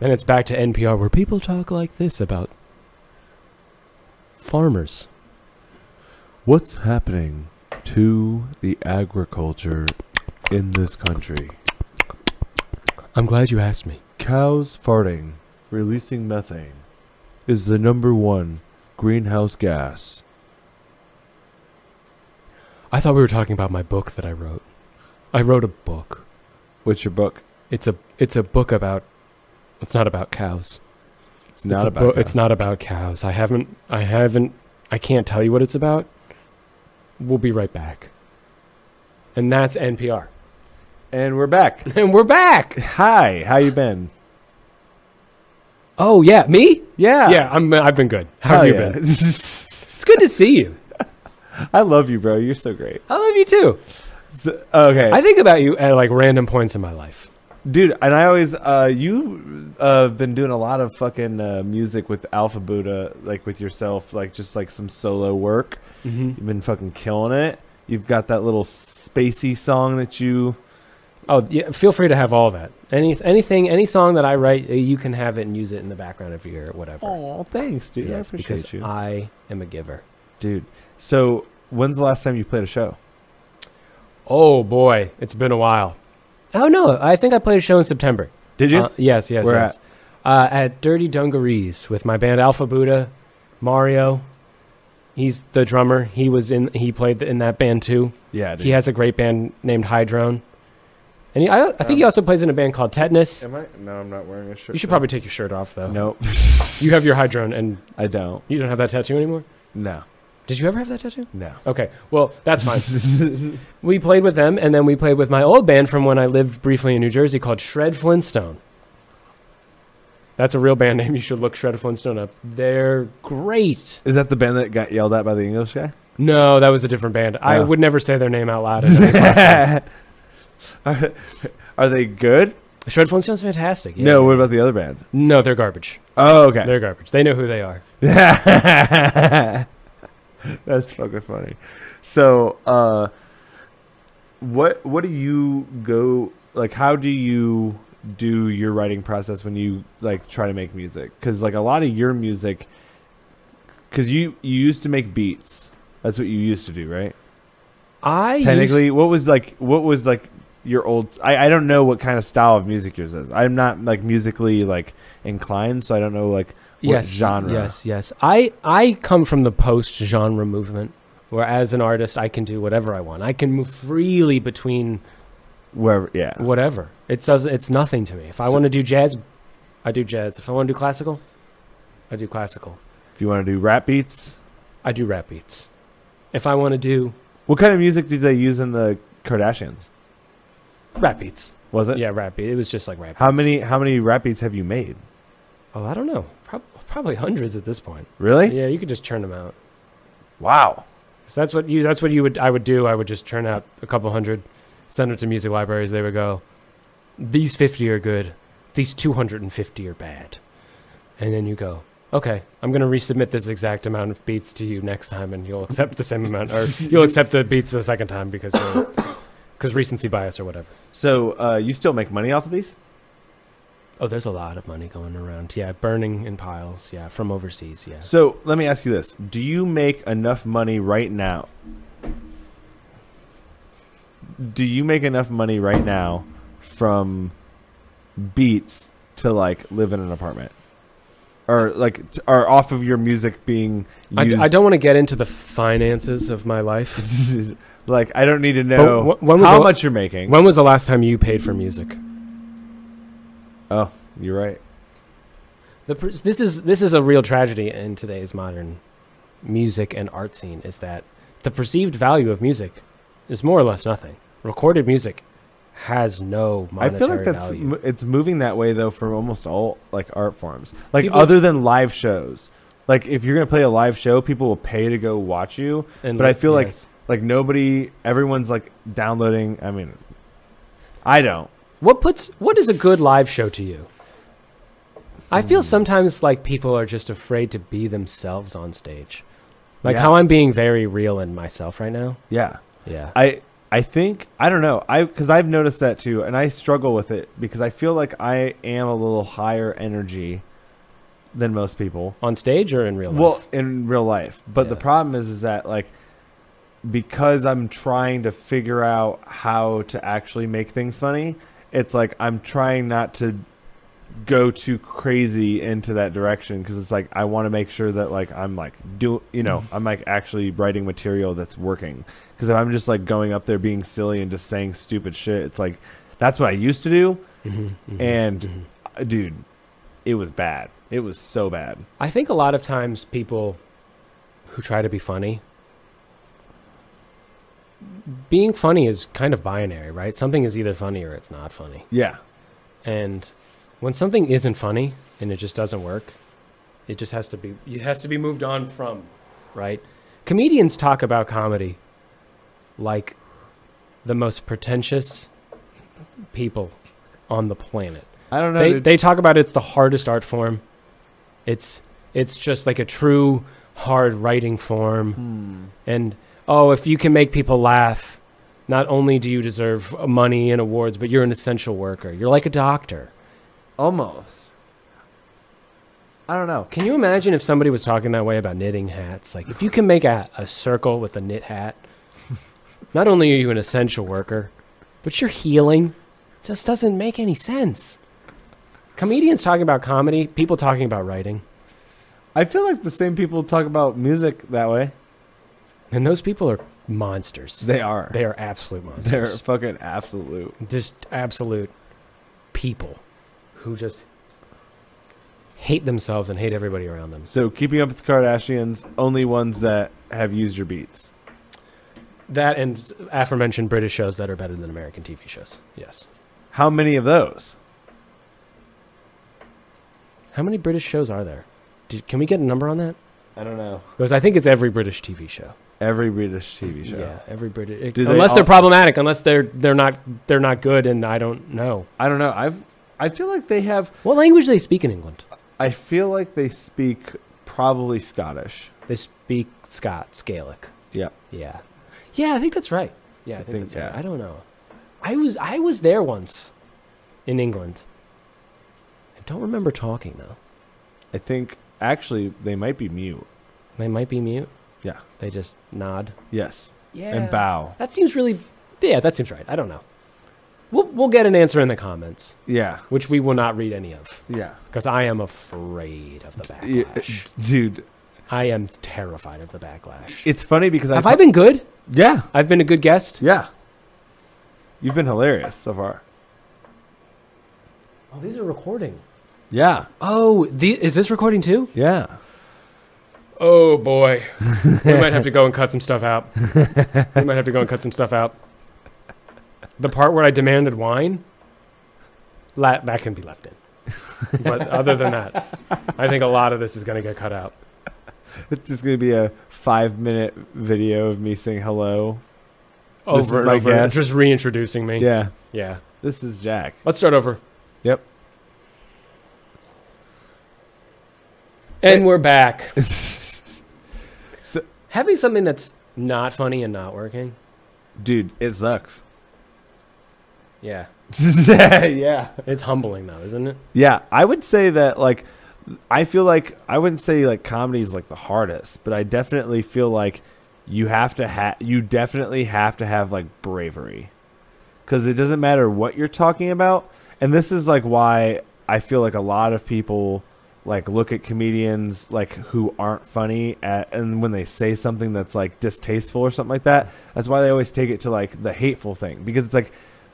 then it's back to NPR where people talk like this about farmers. What's happening to the agriculture in this country? I'm glad you asked me. Cows farting, releasing methane, is the number one greenhouse gas. I thought we were talking about my book that I wrote. I wrote a book. What's your book? It's a it's a book about it's not about cows. It's not it's a about. bo- cows. it's not about cows. I haven't I haven't I can't tell you what it's about. We'll be right back. And that's NPR. And we're back. And we're back. Hi, how you been? Oh yeah, me? Yeah. Yeah, I'm I've been good. How have Hell you yeah. been? It's good to see you. I love you, bro. You're so great. I love you too. So- okay, I think about you at like random points in my life. dude. And I always, uh, you uh, have been doing a lot of fucking uh, music with Alpha Buddha, like with yourself, like just like some solo work. Mm-hmm. You've been fucking killing it. You've got that little spacey song that you. Oh, yeah, feel free to have all that. Any anything, any song that I write, uh, you can have it and use it in the background if you hear it, whatever. Oh, thanks, dude. I Yes, because appreciate you, I am a giver. dude. So, when's the last time you played a show? Oh boy, it's been a while. Oh no, I think I played a show in September. Did you? Uh, yes, yes, Where yes. Uh, at Dirty Dungarees with my band Alpha Buddha, Mario. He's the drummer. He was in. He played in that band too. yeah, dude. He has a great band named Hydrone, and he, I, I think he also plays in a band called Tetanus. Am I? No, Um, I'm not wearing a shirt. You should probably take your shirt off though. Nope. You have your Hydrone, and I don't. you don't have that tattoo anymore. No. Did you ever have that tattoo? No. Okay, well that's fine. we played with them, and then we played with my old band from when I lived briefly in New Jersey called Shred Flintstone. That's a real band name. You should look Shred Flintstone up. They're great. Is that the band that got yelled at by the English guy? No, that was a different band. I Oh. would never say their name out loud. in any classroom. are, are they good? Shred Flintstone's fantastic. yeah. No, what about the other band? no, they're garbage. Oh, okay. They're garbage. They know who they are. That's fucking funny. So, uh, what what do you go like? How do you do your writing process when you like try to make music? Because like a lot of your music, because you you used to make beats. That's what you used to do, right? I used- technically what was like what was like your old I, I don't know what kind of style of music yours is i'm not like musically like inclined so i don't know like what yes, genre Yes, yes. I I come from the post genre movement, where as an artist I can do whatever I want. I can move freely between wherever yeah whatever. It does. It's nothing to me. If I So- want to do jazz, I do jazz. If I want to do classical, I do classical. if you want to do rap beats I do rap beats. If I want to do what kind of music did they use in the kardashians rap beats, was it yeah, rap beat. It was just like rap. how beats. many how many rap beats have you made Oh, I don't know. Prob- probably hundreds at this point. really Yeah, you could just churn them out. wow So that's what you. That's what you would. I would do. I would just churn out a couple hundred, send them to music libraries. They would go, these fifty are good, these two hundred and fifty are bad, and then you go, okay, I'm gonna resubmit this exact amount of beats to you next time, and you'll accept the same amount, or you'll accept the beats the second time because because recency bias or whatever. so uh, you still make money off of these Oh, there's a lot of money going around. Yeah, burning in piles. Yeah, from overseas. Yeah. so let me ask you this do you make enough money right now do you make enough money right now from beats to like live in an apartment or like t- or off of your music being I, d- used I don't want to get into the finances of my life. like i don't need to know wh- when was how the- much you're making When was the last time you paid for music? oh you're right The, pr- this is this is a real tragedy in today's modern music and art scene is that the perceived value of music is more or less nothing. Recorded music has no i monetary feel like that's value. m- it's moving that way though for almost all like art forms like People other than live shows like if you're gonna play a live show, people will pay to go watch you. And But I feel like- yes. Like nobody, everyone's like downloading. I mean, I don't. what puts what is a good live show to you? I Hmm. feel sometimes like people are just afraid to be themselves on stage. Like Yeah. how I'm being very real in myself right now. Yeah, Yeah. I I think I don't know. I because I've noticed that too, and I struggle with it because I feel like I am a little higher energy than most people. on stage or in real life? Well, in real life, but the Yeah. problem is, is that like because I'm trying to figure out how to actually make things funny, it's like I'm trying not to go too crazy into that direction because it's like I want to make sure that like I'm like do you know I'm like actually writing material that's working because if I'm just like going up there being silly and just saying stupid shit, it's like that's what I used to do, Mhm, mhm. and uh, dude, it was bad. It was so bad. I think a lot of times people who try to be funny, being funny is kind of binary, right? Something is either funny or it's not funny. Yeah. And when something isn't funny and it just doesn't work, it just has to be it has to be moved on from, right? Comedians talk about comedy like the most pretentious people on the planet. I don't know. they, dude. they talk about it's the hardest art form. It's it's just like a true hard writing form. Hmm. And oh, if you can make people laugh, not only do you deserve money and awards, but you're an essential worker. You're like a doctor. Almost. I don't know. Can you imagine if somebody was talking that way about knitting hats? Like if you can make a, a circle with a knit hat, not only are you an essential worker, but you're healing. Just doesn't make any sense. Comedians talking about comedy, people talking about writing. I feel like the same people talk about music that way. And those people are monsters. They are. They are absolute They're monsters. fucking absolute. just absolute people who just hate themselves and hate everybody around them. So keeping up with the Kardashians, only ones that have used your beats. That and s- aforementioned British shows that are better than American TV shows. Yes. How many of those? How many British shows are there? Did, can we get a number on that? I don't know. Because I think it's every British TV show. Every British TV show. Yeah, every British. Do they unless they are all- problematic, unless they're they're not they're not good, and I don't know I don't know. I've I feel like they have what language do they speak in England. I feel like they speak probably Scottish. They speak Scots Gaelic. Yeah. Yeah. Yeah, I think that's right. Yeah, I, think, think- that's right. yeah. I don't know. I was I was there once in England. I don't remember talking though. I think actually they might be mute. They might be mute. Yeah. They just nod. Yes. Yeah. And bow. That seems really Yeah, that seems right. I don't know. We'll we'll get an answer in the comments, Yeah. which we will not read any of Yeah. because I am afraid of the Yeah, backlash. Dude, I am terrified of the backlash. it's funny because Have I I been good? Yeah. I've been a good guest. Yeah. You've been hilarious so far. Oh, these are recording. Yeah. Oh, the, is this recording too? Yeah. Oh boy, we might have to go and cut some stuff out. We might have to go and cut some stuff out. The part where I demanded wine, la- that can be left in. But other than that, I think a lot of this is going to get cut out. It's just going to be a five minute video of me saying hello. Over This is and my over, guess. just reintroducing me. Yeah. yeah. This is Jack. Let's start over. Yep. And we're back. So- Having something that's not funny and not working. dude, it sucks. Yeah, yeah. it's humbling though, isn't it? Yeah. I would say that, like, I feel like I wouldn't say like comedy is like the hardest, but I definitely feel like you have to have you definitely have to have like bravery because it doesn't matter what you're talking about, and this is like why I feel like a lot of people like look at comedians like who aren't funny at, and when they say something that's like distasteful or something like that that's why they always take it to like the hateful thing because it's like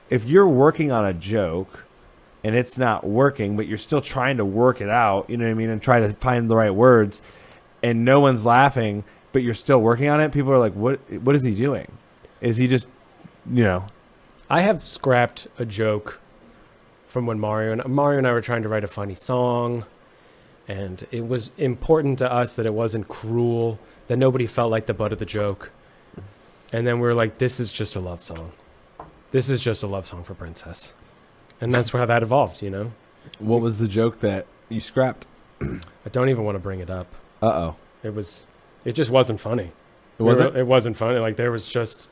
if you're working on a joke and it's not working, but you're still trying to work it out, you know what I mean, and try to find the right words, and no one's laughing, but you're still working on it, people are like, What what is he doing? Is he just you know I have scrapped a joke from when Mario and Mario and I were trying to write a funny song, And it was important to us that it wasn't cruel, that nobody felt like the butt of the joke. And then we were like, this is just a love song. This is just a love song for Princess. And that's where that evolved, you know? What was the joke that you scrapped? I don't even want to bring it up. Uh oh. It was, it just wasn't funny. It wasn't. It wasn't funny. Like there was just,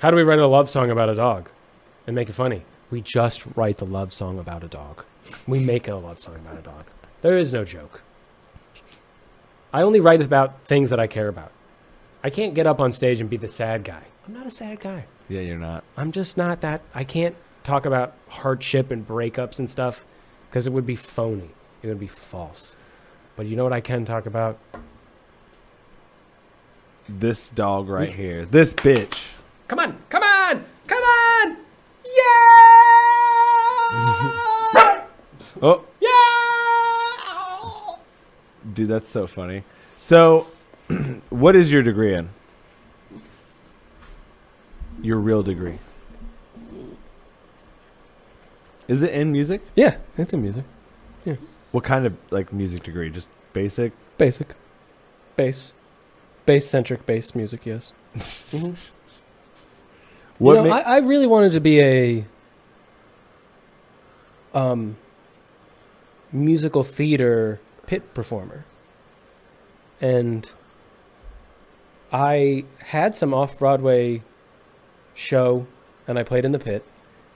how do we write a love song about a dog, and make it funny? We just write the love song about a dog. We make a love song about a dog. There is no joke. I only write about things that I care about. I can't get up on stage and be the sad guy. I'm not a sad guy. Yeah, you're not. I'm just not that. I can't talk about hardship and breakups and stuff because it would be phony. It would be false. But you know what I can talk about? This dog right here. This bitch. Come on, come on, come on! Yeah! Oh, yeah! dude, that's so funny. So, what is your degree in? Your real degree. Is it in music? Yeah, it's in music. What kind of like music degree? Just basic. Basic. Bass. Bass centric bass music, yes. What Mm-hmm. you know, ma- I, I really wanted to be a um, musical theater pit performer. And I had some off Broadway show and I played in the pit.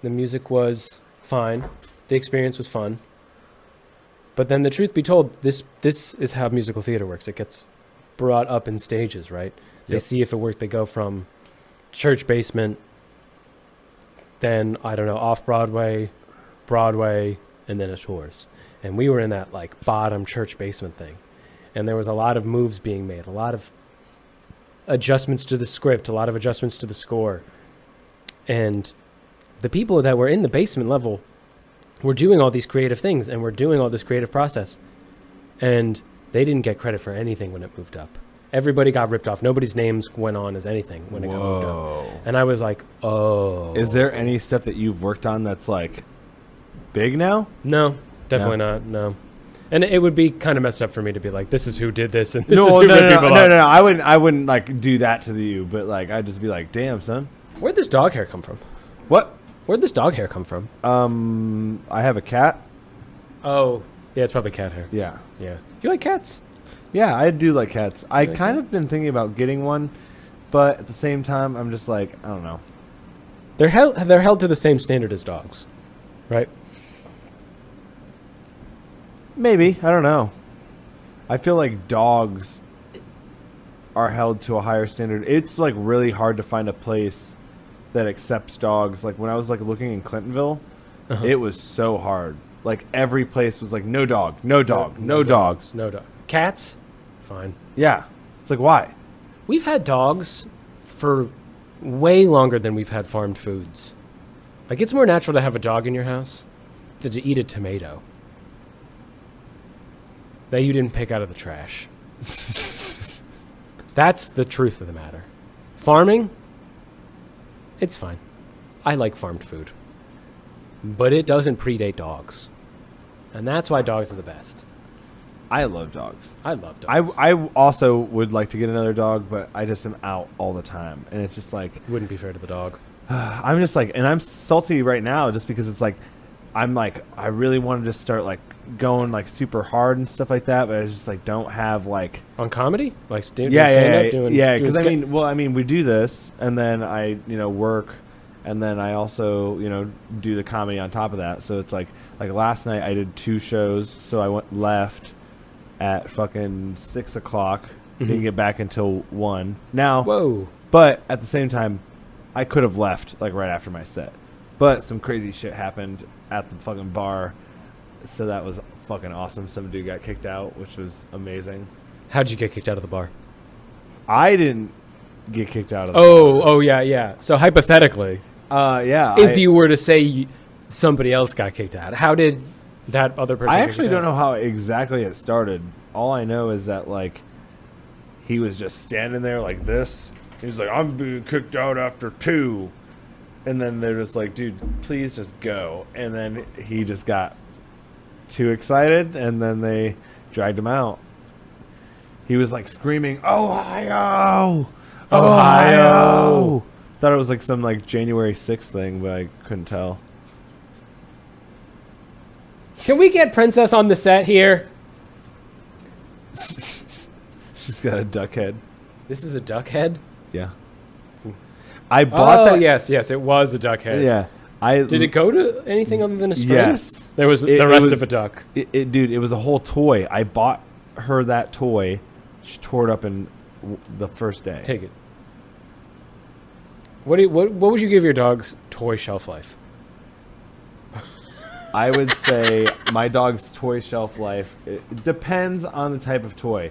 The music was fine. The experience was fun. But then the truth be told, this this is how musical theater works. It gets brought up in stages, right? They Yep. see if it worked, they go from church basement, then I don't know, off Broadway, Broadway, and then a tours. And we were in that like bottom church basement thing. And there was a lot of moves being made, a lot of adjustments to the script, a lot of adjustments to the score. And the people that were in the basement level were doing all these creative things and were doing all this creative process. And they didn't get credit for anything when it moved up. Everybody got ripped off. Nobody's names went on as anything when it got moved up. Whoa. And I was like, oh. Is there any stuff that you've worked on that's like big now? No, definitely not. No. And it would be kind of messed up for me to be like, this is who did this and this is no, who no, ripped no, no, people no, off. no. I wouldn't. I wouldn't like do that to you. But like, I'd just be like, "Damn, son, Where'd this dog hair come from? what? Where'd this dog hair come from? Um, I have a cat. Oh, yeah, it's probably cat hair. Yeah, Yeah. You like cats? yeah. I do like cats. I like kind of been thinking about getting one, but at the same time, I'm just like, I don't know. They're held, they're held to the same standard as dogs, right? Maybe I don't know. I feel like dogs are held to a higher standard. It's like really hard to find a place that accepts dogs. Like when I was like looking in Clintonville, it was so hard. Like every place was like no dog, no dog, no, dogs. No dog. Cats? Fine. Yeah. It's like why? We've had dogs for way longer than we've had farmed foods. Like, it's more natural to have a dog in your house than to eat a tomato that you didn't pick out of the trash. That's the truth of the matter. Farming, it's fine. I like farmed food. But it doesn't predate dogs. And that's why dogs are the best. I love dogs. I love I, dogs. I also would like to get another dog, but I just am out all the time, and it's just like Wouldn't be fair to the dog. I'm just like, and I'm salty right now just because it's like, I'm like, I really wanted to start like going like super hard and stuff like that, but I just like don't have like, On comedy? Like, stand, yeah, stand yeah, up, yeah, doing, yeah. doing Because I sk- mean, well, I mean, we do this, and then I, you know, work, and then I also, you know, do the comedy on top of that. So it's like, like last night I did two shows, so I went left at fucking six o'clock, Mm-hmm. didn't get back until one. Now, Whoa. but at the same time, I could have left like right after my set. But some crazy shit happened at the fucking bar. So that was fucking awesome. Some dude got kicked out, which was amazing. How'd you get kicked out of the bar? I didn't get kicked out of the Oh, oh yeah, yeah. So hypothetically, bar. Uh, yeah. I, if you were to say y- somebody else got kicked out, how did that other person? I get actually kicked don't out? know how exactly it started. All I know is that like he was just standing there like this. He was like, "I'm being kicked out after two. and then they're just like, "Dude, please just go." And then he just got too excited, and then they dragged him out. He was like screaming, Ohio! Ohio! Thought it was like some like January 6th thing, but I couldn't tell. Can we get Princess on the set here? She's got a duck head. This is a duck head. Yeah. I bought oh that. yes, yes, it was a duck head. Yeah. I Did it go to anything other than a string? Yes. There was It- it the rest was- of a duck. it, it dude it was a whole toy i bought her that toy she tore it up in w- the first day Take it. What do you, what what would you give your dog's toy shelf life? i would say my dog's toy shelf life it it depends on the type of toy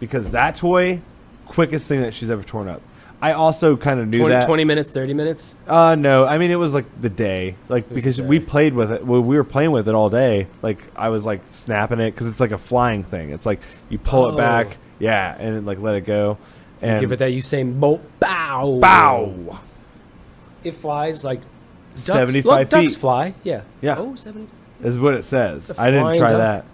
because that toy quickest thing that she's ever torn up i also kind of knew 20, that 20 minutes, 30 minutes? uh no i mean it was like the day like was because the we day. played with it well, we were playing with it all day like i was like snapping it because it's like a flying thing it's like you pull it Oh. back yeah and it, like let it go and give it that Usain Bolt bow. bow It flies like ducks. 75 Look, ducks feet. fly. Yeah. Yeah. Oh, 75. is what it says. It's a I didn't flying try duck. that.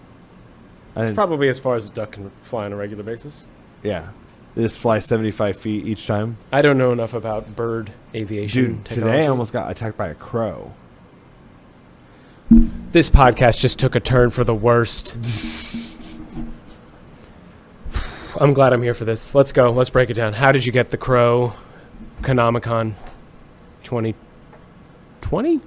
I It's didn't- probably as far as a duck can fly on a regular basis. yeah, they just fly seventy-five feet each time. I don't know enough about bird aviation Dude, technology. today I almost got attacked by a crow. This podcast just took a turn for the worst. I'm glad I'm here for this. Let's go. Let's break it down. How did you get the crow Konamicon 2020?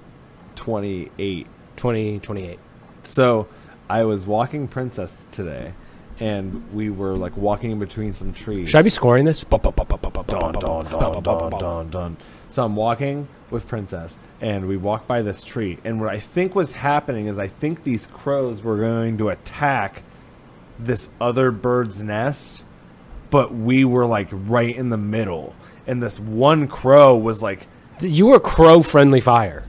Twenty-eight. 2028. So I was walking Princess today, and we were like walking in between some trees. Should I be scoring this? Bop, bop, bop, bop, bop, bop, Dun, bop, bop, dun, bop, dun, bop, dun, bop, bop, bop. dun, dun. So I'm walking with Princess, and we walk by this tree. And what I think was happening is I think these crows were going to attack this other bird's nest, but we were like right in the middle. And this one crow was like, You were crow friendly fire.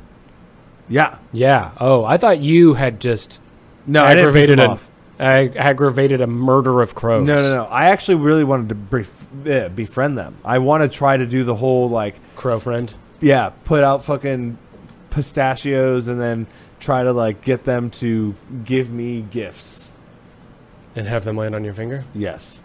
yeah, Yeah. Oh, I thought you had just no, I didn't piss aggravated them a off. ag- aggravated a murder of crows. No, no, no. I actually really wanted to bef- eh, befriend them. I want to try to do the whole like Crow friend. yeah, put out fucking pistachios and then try to like get them to give me gifts. And have them land on your finger. Yes.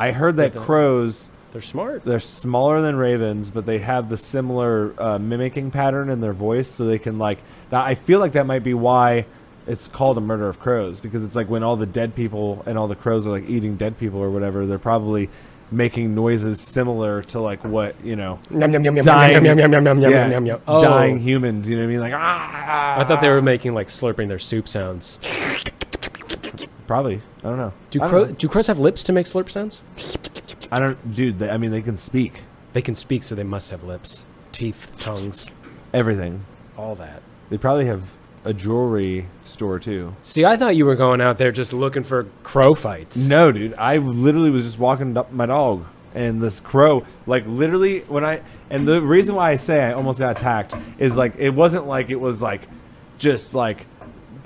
I heard Did that they? crows, They're smart. they're smaller than ravens, but they have the similar uh, mimicking pattern in their voice, so they can like that. I feel like that might be why it's called a murder of crows because it's like when all the dead people and all the crows are like eating dead people or whatever, they're probably making noises similar to like what you know Yum, yum, yum, yum, dying, yum, yum, yum, yum, yum, yum, yeah, yum, yum, yum. Oh. dying humans. You know what I mean? Like ah. I thought they were making like slurping their soup sounds. Probably. I don't know. Do I don't crow, know. do crows have lips to make slurp sounds? I don't, dude. They, I mean, they can speak They can speak, so they must have lips, teeth, tongues, everything. all that. They probably have a jewelry store too. See, I thought you were going out there just looking for crow fights. No, dude. I literally was just walking up my dog, and this crow, like, literally when I, and the reason why I say I almost got attacked is like it wasn't like it was like, just like,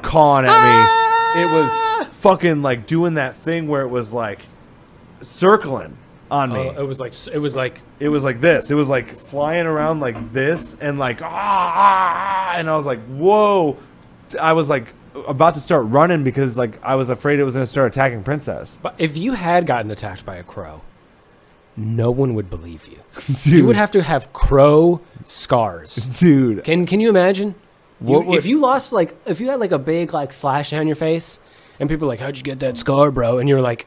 cawing at me. It Ah! was fucking like doing that thing where it was like, circling on me. Uh, it was like it was like it was like this. It was like flying around like this, and like ah, ah, ah, and I was like, whoa! I was like about to start running because like I was afraid it was gonna start attacking Princess. But if you had gotten attacked by a crow, no one would believe you. Dude, You would have to have crow scars. dude. Can Can you imagine? You- What would- if you lost like if you had like a big like slash on your face, and people are like, "How'd you get that scar, bro?" and you're like,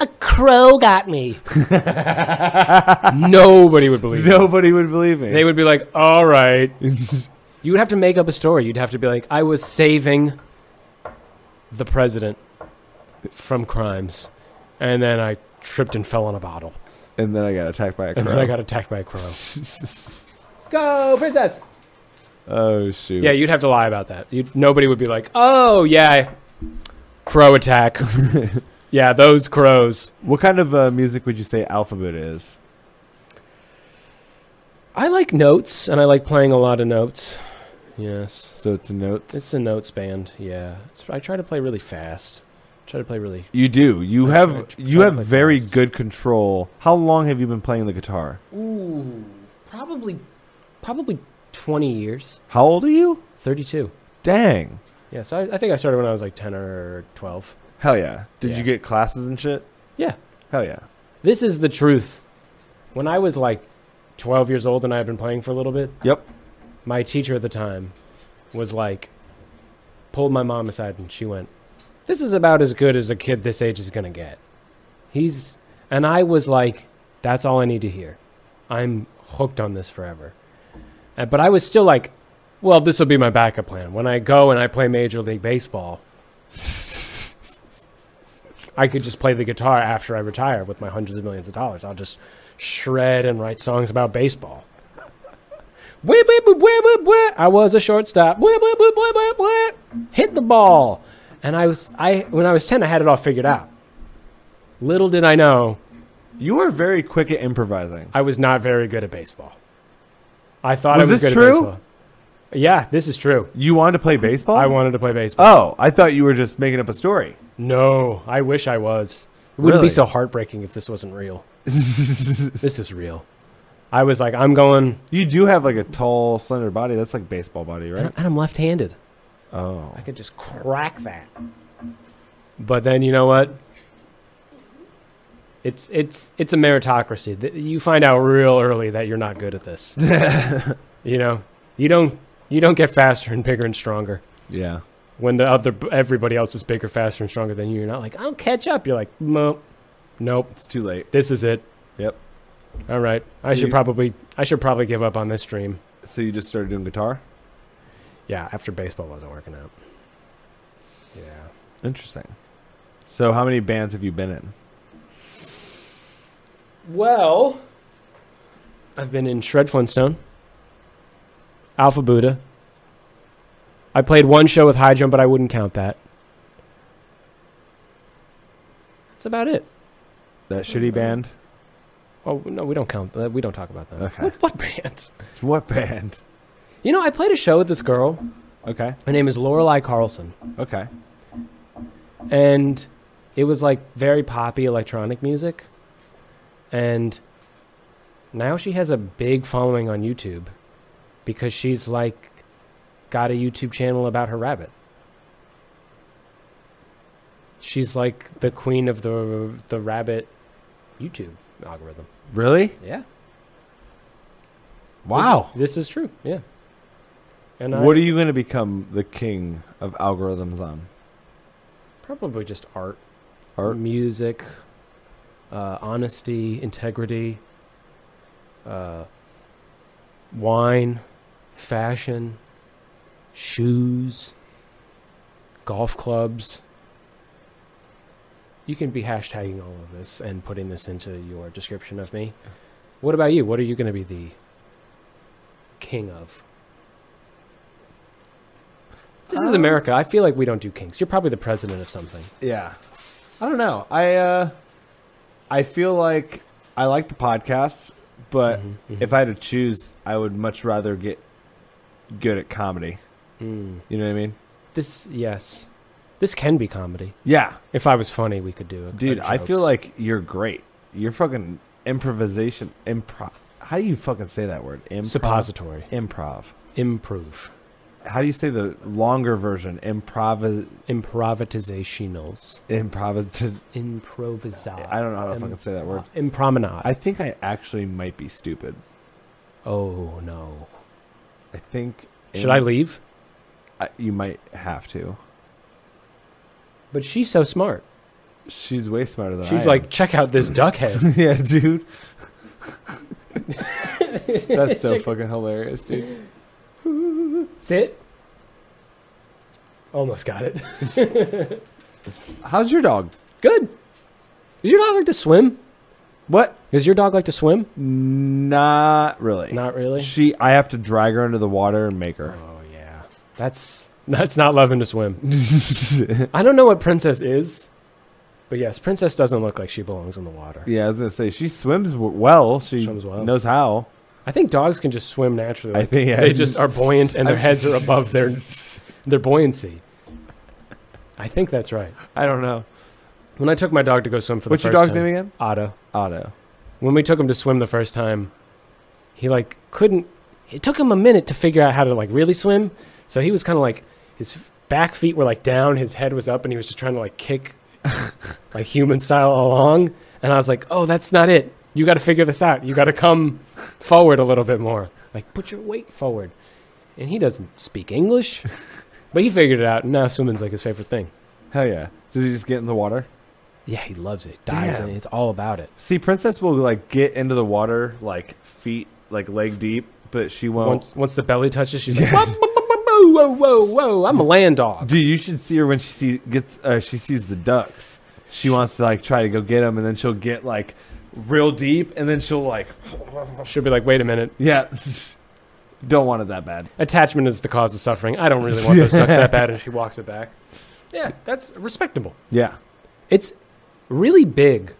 "A crow got me." Nobody would believe. you. Nobody would believe me. They would be like, "All right." you would have to make up a story. You'd have to be like, "I was saving the president from crimes, and then I tripped and fell on a bottle, and then I got attacked by a and crow. then I got attacked by a crow." Go, princess. oh shoot. Yeah, you'd have to lie about that. You'd, nobody would be like, "Oh yeah, crow attack." yeah, those crows. What kind of uh, music would you say Alphabet is? I like notes, and I like playing a lot of notes. Yes, So it's notes. it's a notes band. Yeah, it's, I try to play really fast. Try to play really. you do. You I have try to you have play very fast. good control. How long have you been playing the guitar? Ooh, probably, probably twenty years. How old are you? Thirty-two. Dang. Yeah, so I, I think I started when I was like ten or twelve. Hell yeah. Did Yeah. you get classes and shit? Yeah. Hell yeah. This is the truth. When I was like 12 years old and I had been playing for a little bit, Yep. my teacher at the time was like, pulled my mom aside and she went, This is about as good as a kid this age is going to get. He's, and I was like, That's all I need to hear. I'm hooked on this forever. Uh, But I was still like, Well, this will be my backup plan. When I go and I play Major League Baseball, I could just play the guitar after I retire with my hundreds of millions of dollars. I'll just shred and write songs about baseball. Whip, whip, whip, whip, whip, whip. I was a shortstop. Whip, whip, whip, whip, whip, whip. Hit the ball. And I was I when I was 10 I had it all figured out. Little did I know You were very quick at improvising. I was not very good at baseball. I thought Was I was this good true? at baseball. Yeah, this is true. You wanted to play baseball? I wanted to play baseball. Oh, I thought you were just making up a story. no, I wish I was. It wouldn't Really? be so heartbreaking if this wasn't real. this is real. I was like, I'm going, You do have like a tall, slender body. That's like baseball body, right? and I'm left-handed. Uh-huh. Oh. I could just crack that. But then you know what? It's it's it's a meritocracy. Th- You find out real early that you're not good at this. you know, you don't you don't get faster and bigger and stronger Yeah. when the other everybody else is bigger, faster, and stronger than you. You're not like I'll catch up. You're like nope, nope. It's too late. This is it. Yep. All right, I So should you- probably I should probably give up on this dream. So you just started doing guitar? Yeah, after baseball wasn't working out. Yeah. Interesting. So how many bands have you been in? Well, I've been in Shred Flintstone, Alpha Buddha. I played one show with High Jump, but I wouldn't count that. That's about it. That shitty band? Oh no, we don't count that. We don't talk about that. Okay. What, what band? What band? You know, I played a show with this girl. Okay. Her name is Lorelai Carlson, Okay. and it was like very poppy electronic music. And now she has a big following on YouTube because she's like got a YouTube channel about her rabbit. She's like the queen of the the rabbit YouTube algorithm. Really? Yeah. Wow. This, this is true. Yeah. And I What are you going to become the king of algorithms on? probably just art, Art? music, uh, honesty, integrity, uh, wine, fashion, shoes, golf clubs. You can be hashtagging all of this and putting this into your description of me. What about you? What are you going to be the king of? This is Um, America. I feel like we don't do kings. You're probably the president of something. Yeah. I don't know. I uh I feel like I like the podcast, but Mhm, mhm. if I had to choose, I would much rather get good at comedy. Mm. You know what I mean? This yes, this can be comedy. Yeah. If I was funny, we could do it. Dude, I feel like you're great. You're fucking improvisation improv. How do you fucking say that word? Improv. suppository Improv. improve How do you say the longer version? Improv improvisationals improv improvisa. I don't know how to fucking say that word. Impromenade. I think I actually might be stupid. oh no! I think Should I leave? I, you might have to. But she's so smart. She's way smarter than She's I am. like, check out this duck head. yeah, dude. That's so fucking hilarious, dude. Sit. Almost got it. How's your dog? Good. Does your dog like to swim? What? Does your dog like to swim? Not really. Not really. She. I have to drag her into the water and make her. Oh yeah, that's that's not loving to swim. I don't know what Princess is, but yes, Princess doesn't look like she belongs in the water. yeah, I was gonna say she swims w- well. She Swims well. knows how. I think dogs can just swim naturally. I like, think yeah, they just are buoyant, and their I- heads are above their their buoyancy. I think that's right. I don't know. When I took my dog to go swim for the What's your first dog's time, name again? Otto. Otto. When we took him to swim the first time, he like couldn't. It took him a minute to figure out how to like really swim. So he was kind of like his back feet were like down, his head was up, and he was just trying to like kick like human style all along. And I was like, oh, that's not it. You got to figure this out. You got to come forward a little bit more. Like, put your weight forward. And he doesn't speak English, but he figured it out. And now swimming's like his favorite thing. Hell yeah. Does he just get in the water? Yeah, he loves it. Dives in. Damn. It's all about it. See, Princess will like get into the water like feet, like leg deep, but she won't. Once, once the belly touches, she's like, whoa, whoa, whoa, whoa, whoa, whoa. I'm a land dog. Dude, you should see her when she see, gets. Uh, she sees the ducks. She wants to like try to go get them, and then she'll get like real deep, and then she'll like, She'll be like, wait a minute. yeah, don't want it that bad. Attachment is the cause of suffering. I don't really want those ducks that bad. And she walks it back. Yeah, that's respectable. Yeah, It's really big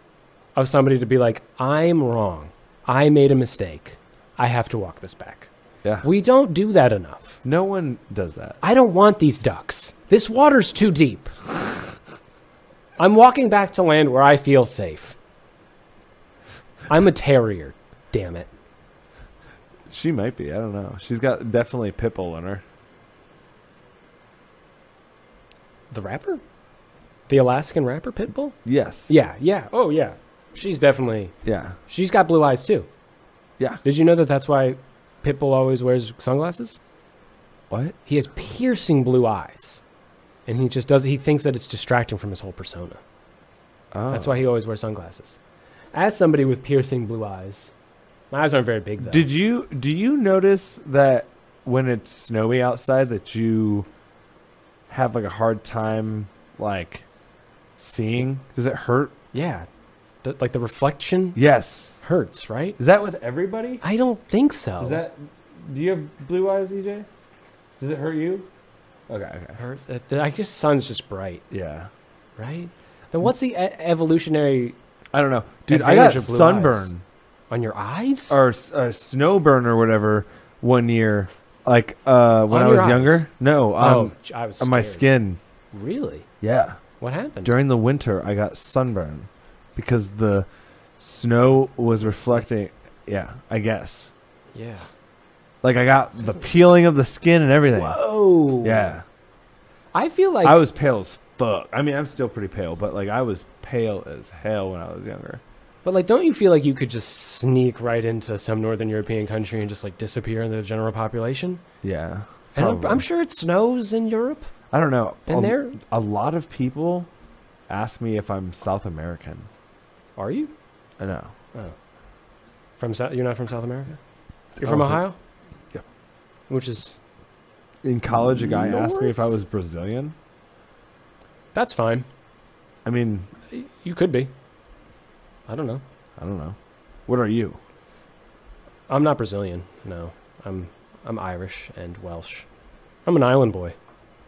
of somebody to be like, I'm wrong. I made a mistake. I have to walk this back. yeah. We don't do that enough. no one does that. I don't want these ducks. This water's too deep. I'm walking back to land where I feel safe. I'm a terrier, damn it. She might be. I don't know. She's got definitely pit bull in her. The rapper? The Alaskan rapper Pitbull? Yes. Yeah, yeah. Oh, yeah. She's definitely. Yeah. She's got blue eyes, too. Yeah. Did you know that that's why Pitbull always wears sunglasses? What? He has piercing blue eyes. And he just does he thinks that it's distracting from his whole persona. Oh. That's why he always wears sunglasses. As somebody with piercing blue eyes, my eyes aren't very big though. Did you do you notice that when it's snowy outside that you have like a hard time like seeing? Does it hurt? yeah. The- like the reflection Yes. hurts, right? Is that with everybody? I don't think so. Is that do you have blue eyes, EJ? Does it hurt you? Okay, okay. hurt? That- that- I guess sun's just bright, Yeah. right? Then what's the e- evolutionary I don't know. Dude, I Advantage got of blue eyes. sunburn on your eyes? or s- uh, snowburn or whatever one year like uh when On I your was eyes? younger. No, oh, um j- I was on my scared. skin. Really? Yeah. What happened? during the winter I got sunburn because the snow was reflecting yeah, I guess. yeah. Like I got the peeling of the skin and everything. Whoa. Yeah. I feel like I was pale as fuck. I mean, I'm still pretty pale, but like I was pale as hell when I was younger. But like, don't you feel like you could just sneak right into some northern European country and just like disappear into the general population? Yeah. And I'm, probably. Um, I'm sure it snows in Europe. I don't know. Been a, there? a lot of people ask me if I'm South American. Are you I know. from South? You're not from South America. You're I from don't Ohio. Yep. Which is In college a guy asked me if I North? was Brazilian. that's fine. I mean, You could be. I don't know. I don't know. What are you? I'm not Brazilian. No, I'm I'm Irish and Welsh. I'm an island boy.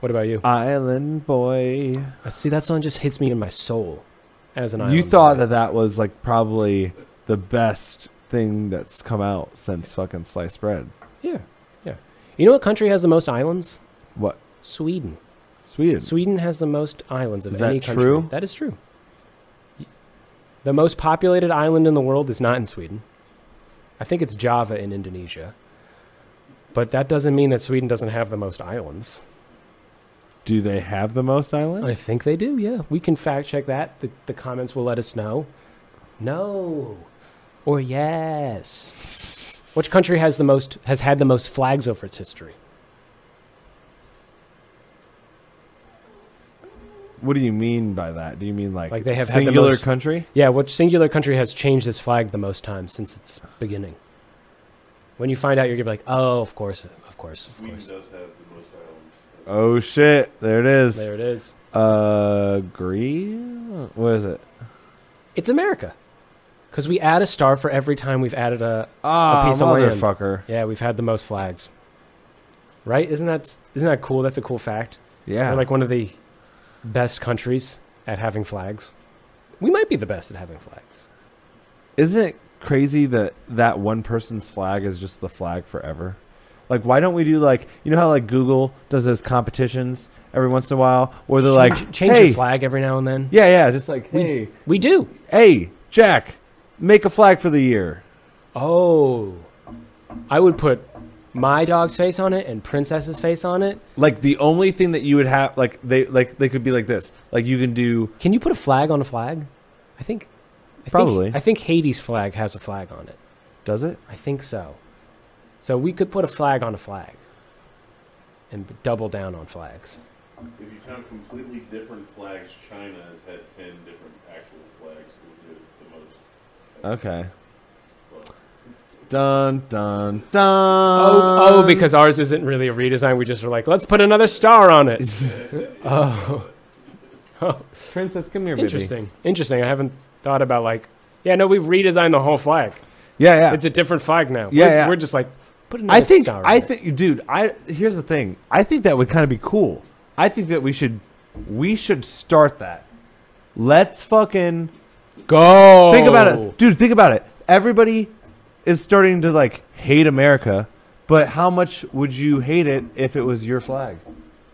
What about you? Island boy. Uh, See, that song just hits me in my soul. As an island. you thought boy. that that was like probably the best thing that's come out since fucking sliced bread. Yeah, yeah. You know what country has the most islands? What? Sweden. Sweden. Sweden has the most islands of Is that any country. true? That is true. The most populated island in the world is not in Sweden. I think it's Java in Indonesia. But that doesn't mean that Sweden doesn't have the most islands. Do they have the most islands? I think they do, yeah. We can fact check that. The, the comments will let us know. No. Or yes. Which country has the most has had the most flags over its history? What do you mean by that? Do you mean like, Like they have had the singular most- country? Yeah, which singular country has changed its flag the most times since its beginning? When you find out, you're gonna be like, "Oh, of course, of course, of Sweden course." does have the most islands. Oh shit! There it is. There it is. Uh, agree. What is it? It's America, because we add a star for every time we've added a. Ah, piece of land. motherfucker. Yeah, we've had the most flags. Right? Isn't that isn't that cool? That's a cool fact. Yeah. We're like one of the best countries at having flags. We might be the best at having flags. Isn't it crazy that that one person's flag is just the flag forever? Like, why don't we do like you know how like Google does those competitions every once in a while where they're like, change hey, your flag every now and then. yeah, yeah, just like, We- hey, We do. hey, Jack, make a flag for the year. Oh, I would put my dog's face on it and Princess's face on it. Like the only thing that you would have, like they like they could be like this. Like you can do Can you put a flag on a flag? I think. I think- Probably. I think Hades' flag has a flag on it. does it? I think so. So we could put a flag on a flag and b- double down on flags. If you count completely different flags, China has had ten different actual flags that do the most. Okay. Dun dun dun. Um, Oh, oh, because ours isn't really a redesign. We just were like, let's put another star on it. oh. oh, princess, come here, interesting. Interesting. I haven't thought about like, yeah, no, we've redesigned the whole flag. baby. Yeah, yeah. It's a different flag now. Yeah, we're, yeah. we're just like, put another I think star. on I it. think dude, I here's the thing. I think that would kind of be cool. I think that we should we should start that. Let's fucking go. Think about Oh. it. Dude, think about it. Everybody is starting to like hate America, but how much would you hate it if it was your flag?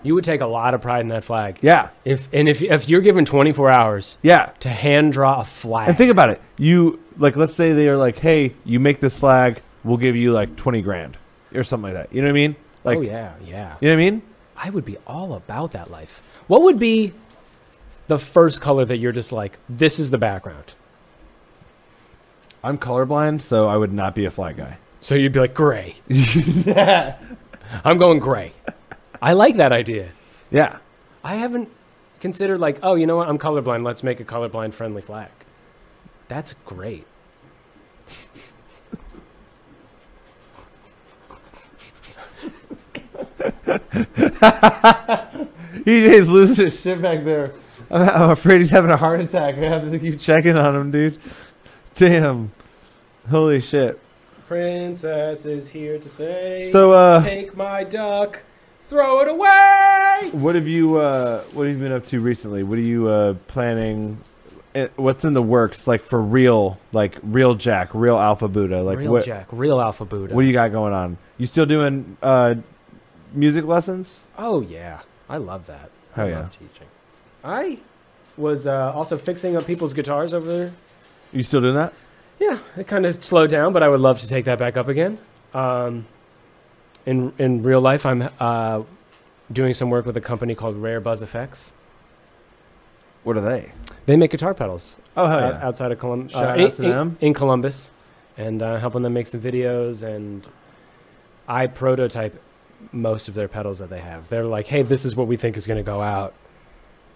You would take a lot of pride in that flag. Yeah. If and if if you're given 24 hours Yeah. to hand draw a flag, And think about it. You like let's say they are like, "Hey, you make this flag, we'll give you like 20 grand or something like that." You know what I mean? Like oh yeah, yeah. You know what I mean? I would be all about that life. What would be the first color that you're just like, this is the background? I'm colorblind, so I would not be a flag guy. So you'd be like, gray. I'm going gray. I like that idea. Yeah. I haven't considered like, oh, you know what? I'm colorblind. Let's make a colorblind friendly flag. That's great. EJ's losing his shit back there. I'm, I'm afraid he's having a heart attack. I have to keep checking on him, dude. Damn. Holy shit. Princess is here to say, So, uh, take my duck, throw it away. what have you, uh, what have you been up to recently? What are you, uh, planning? Eh, What's in the works, like, for real, like, real Jack, real Alpha Buddha? Like, real what, Jack, real Alpha Buddha. what do you got going on? You still doing, uh, music lessons? Oh yeah, I love that. I Hell love teaching. I was uh, also fixing up people's guitars over there. You still doing that? Yeah, it kind of slowed down, but I would love to take that back up again. Um, in in real life, I'm uh, doing some work with a company called Rare Buzz Effects. What are they? They make guitar pedals Oh, hell uh, yeah. outside of Columbus. Shout in, out to in- them. in Columbus, and uh, helping them make some videos. And I prototype most of their pedals that they have. They're like, "Hey, this is what we think is going to go out.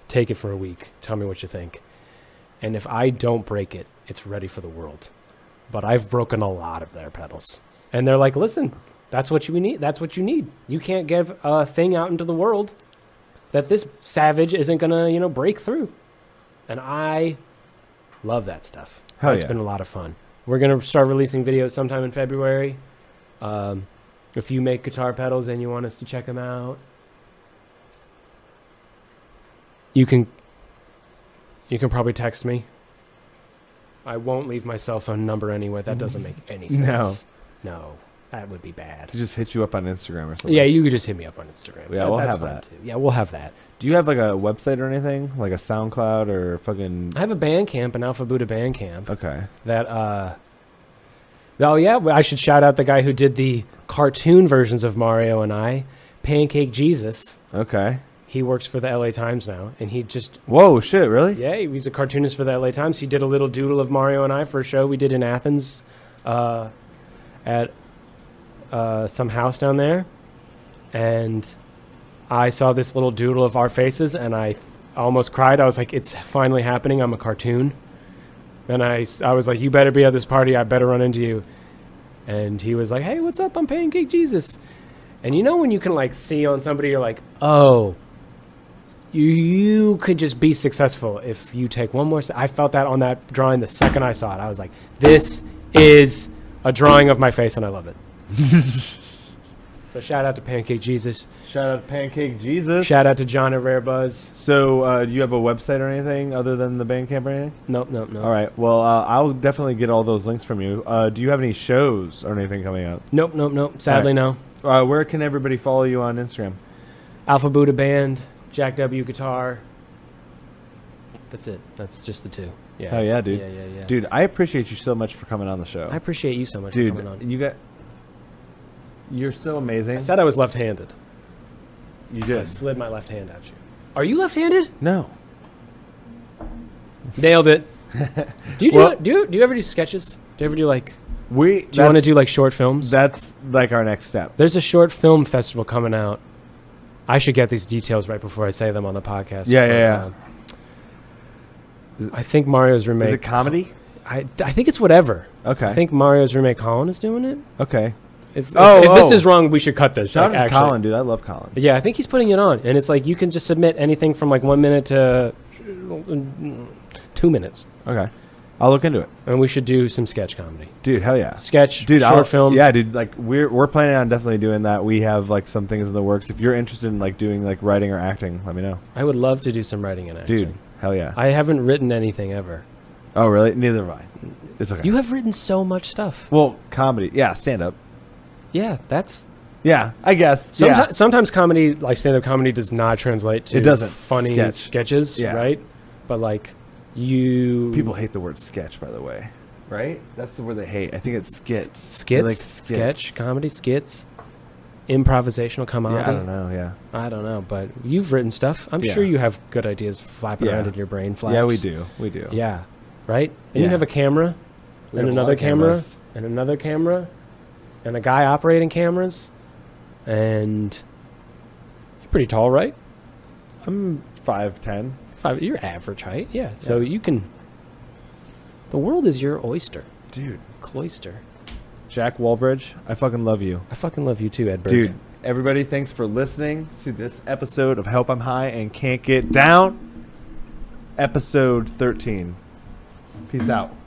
Take it for a week. Tell me what you think." And if I don't break it, it's ready for the world. But I've broken a lot of their pedals, and they're like, "Listen, that's what you need. That's what you need. You can't give a thing out into the world that this savage isn't going to, you know, break through." And I love that stuff. Hell It's Oh, yeah. been a lot of fun. We're gonna start releasing videos sometime in February. Um, if you make guitar pedals and you want us to check them out, you can. You can probably text me. I won't leave my cell phone number anywhere. That doesn't make any No. sense. No, no, that would be bad. Could just hit you up on Instagram or something. Yeah, you could just hit me up on Instagram. Yeah, we'll that's have fine that. Too. Yeah, we'll have that. Do you have like a website or anything, like a SoundCloud or fucking? I have a band camp, an Alpha Buddha band camp. Okay. that uh oh yeah well, i should shout out the guy who did the cartoon versions of mario and i pancake jesus Okay. he works for the la times now and he just Whoa, shit, really? yeah he's a cartoonist for the la times he did a little doodle of mario and i for a show we did in athens uh at uh some house down there and i saw this little doodle of our faces and i almost cried i was like it's finally happening i'm a cartoon and I, s- I was like, you better be at this party. I better run into you. And he was like, hey, what's up? I'm Pancake Jesus. And you know when you can like see on somebody, you're like, oh, you, you could just be successful if you take one more. se-" I felt that on that drawing the second I saw it. I was like, this is a drawing of my face, and I love it. so shout out to Pancake Jesus. Shout out Pancake Jesus. Shout out to John at Rare Buzz. So, uh, do you have a website or anything other than the Bandcamp or anything? Nope, nope, nope. All right. Well, uh, I'll definitely get all those links from you. Uh, do you have any shows or anything coming up? Nope, nope, nope. Sadly, no. Uh, where can everybody follow you on Instagram? Alpha Buddha Band, Jack W Guitar. That's it. That's just the two. Yeah. Hell yeah, dude. Yeah, yeah, yeah. Dude, I appreciate you so much for coming on the show. I appreciate you so much for coming Dude, on. you got You're so amazing. I said I was left-handed. you So I did. slid my left hand at you. Are you left-handed? No. Nailed it. Do you do, Well- do you do you ever do sketches? Do you ever do like do you We. want to that's- do like short films? That's like our next step. There's a short film festival coming out. I should get these details right before I say them on the podcast. Yeah, yeah, yeah. I think Mario's remake. Is it comedy? I, I think it's whatever. Okay. I think Mario's remake Colin is doing it. okay. If, if- Oh, if, this oh. is wrong, we should cut this. Shout like, out to actually. Colin, dude. I love Colin. Yeah, I think he's putting it on, and it's like you can just submit anything from like one minute to two minutes, Okay. I'll look into it, and we should do some sketch comedy, dude. Hell yeah. sketch, Dude, short I'll- film. Yeah, dude. Like we're we're planning on definitely doing that. We have like some things in the works. If you're interested in like doing like writing or acting, let me know, I would love to do some writing and acting. dude. Hell yeah. I haven't written anything ever. oh really? Neither have I. It's okay. You have written so much stuff. well, comedy. Yeah, stand up. Yeah, that's Yeah, I guess. someti- yeah. sometimes comedy, like stand-up comedy, does not translate to It doesn't. funny Sketch. sketches, Yeah. right? But like you, People hate the word sketch, by the way. Right? That's the word they hate. I think it's skits. They skits, sketch comedy, skits, improvisational comedy. Yeah, I don't know. Yeah. I don't know, but you've written stuff. I'm Yeah. sure you have good ideas flapping Yeah. around in your brain. Flaps. Yeah, we do. We do. Yeah, right. And you Yeah. have a camera, We have and a lot another of camera, cameras. and another camera, and a guy operating cameras, and you're pretty tall, right? I'm five ten. Five, you're average height, yeah. So you can. The world is your oyster, Dude. cloister. Jack Walbridge, I fucking love you. I fucking love you too, Ed. Berg. Dude, everybody, thanks for listening to this episode of Help I'm High and Can't Get Down, episode 13. Peace out.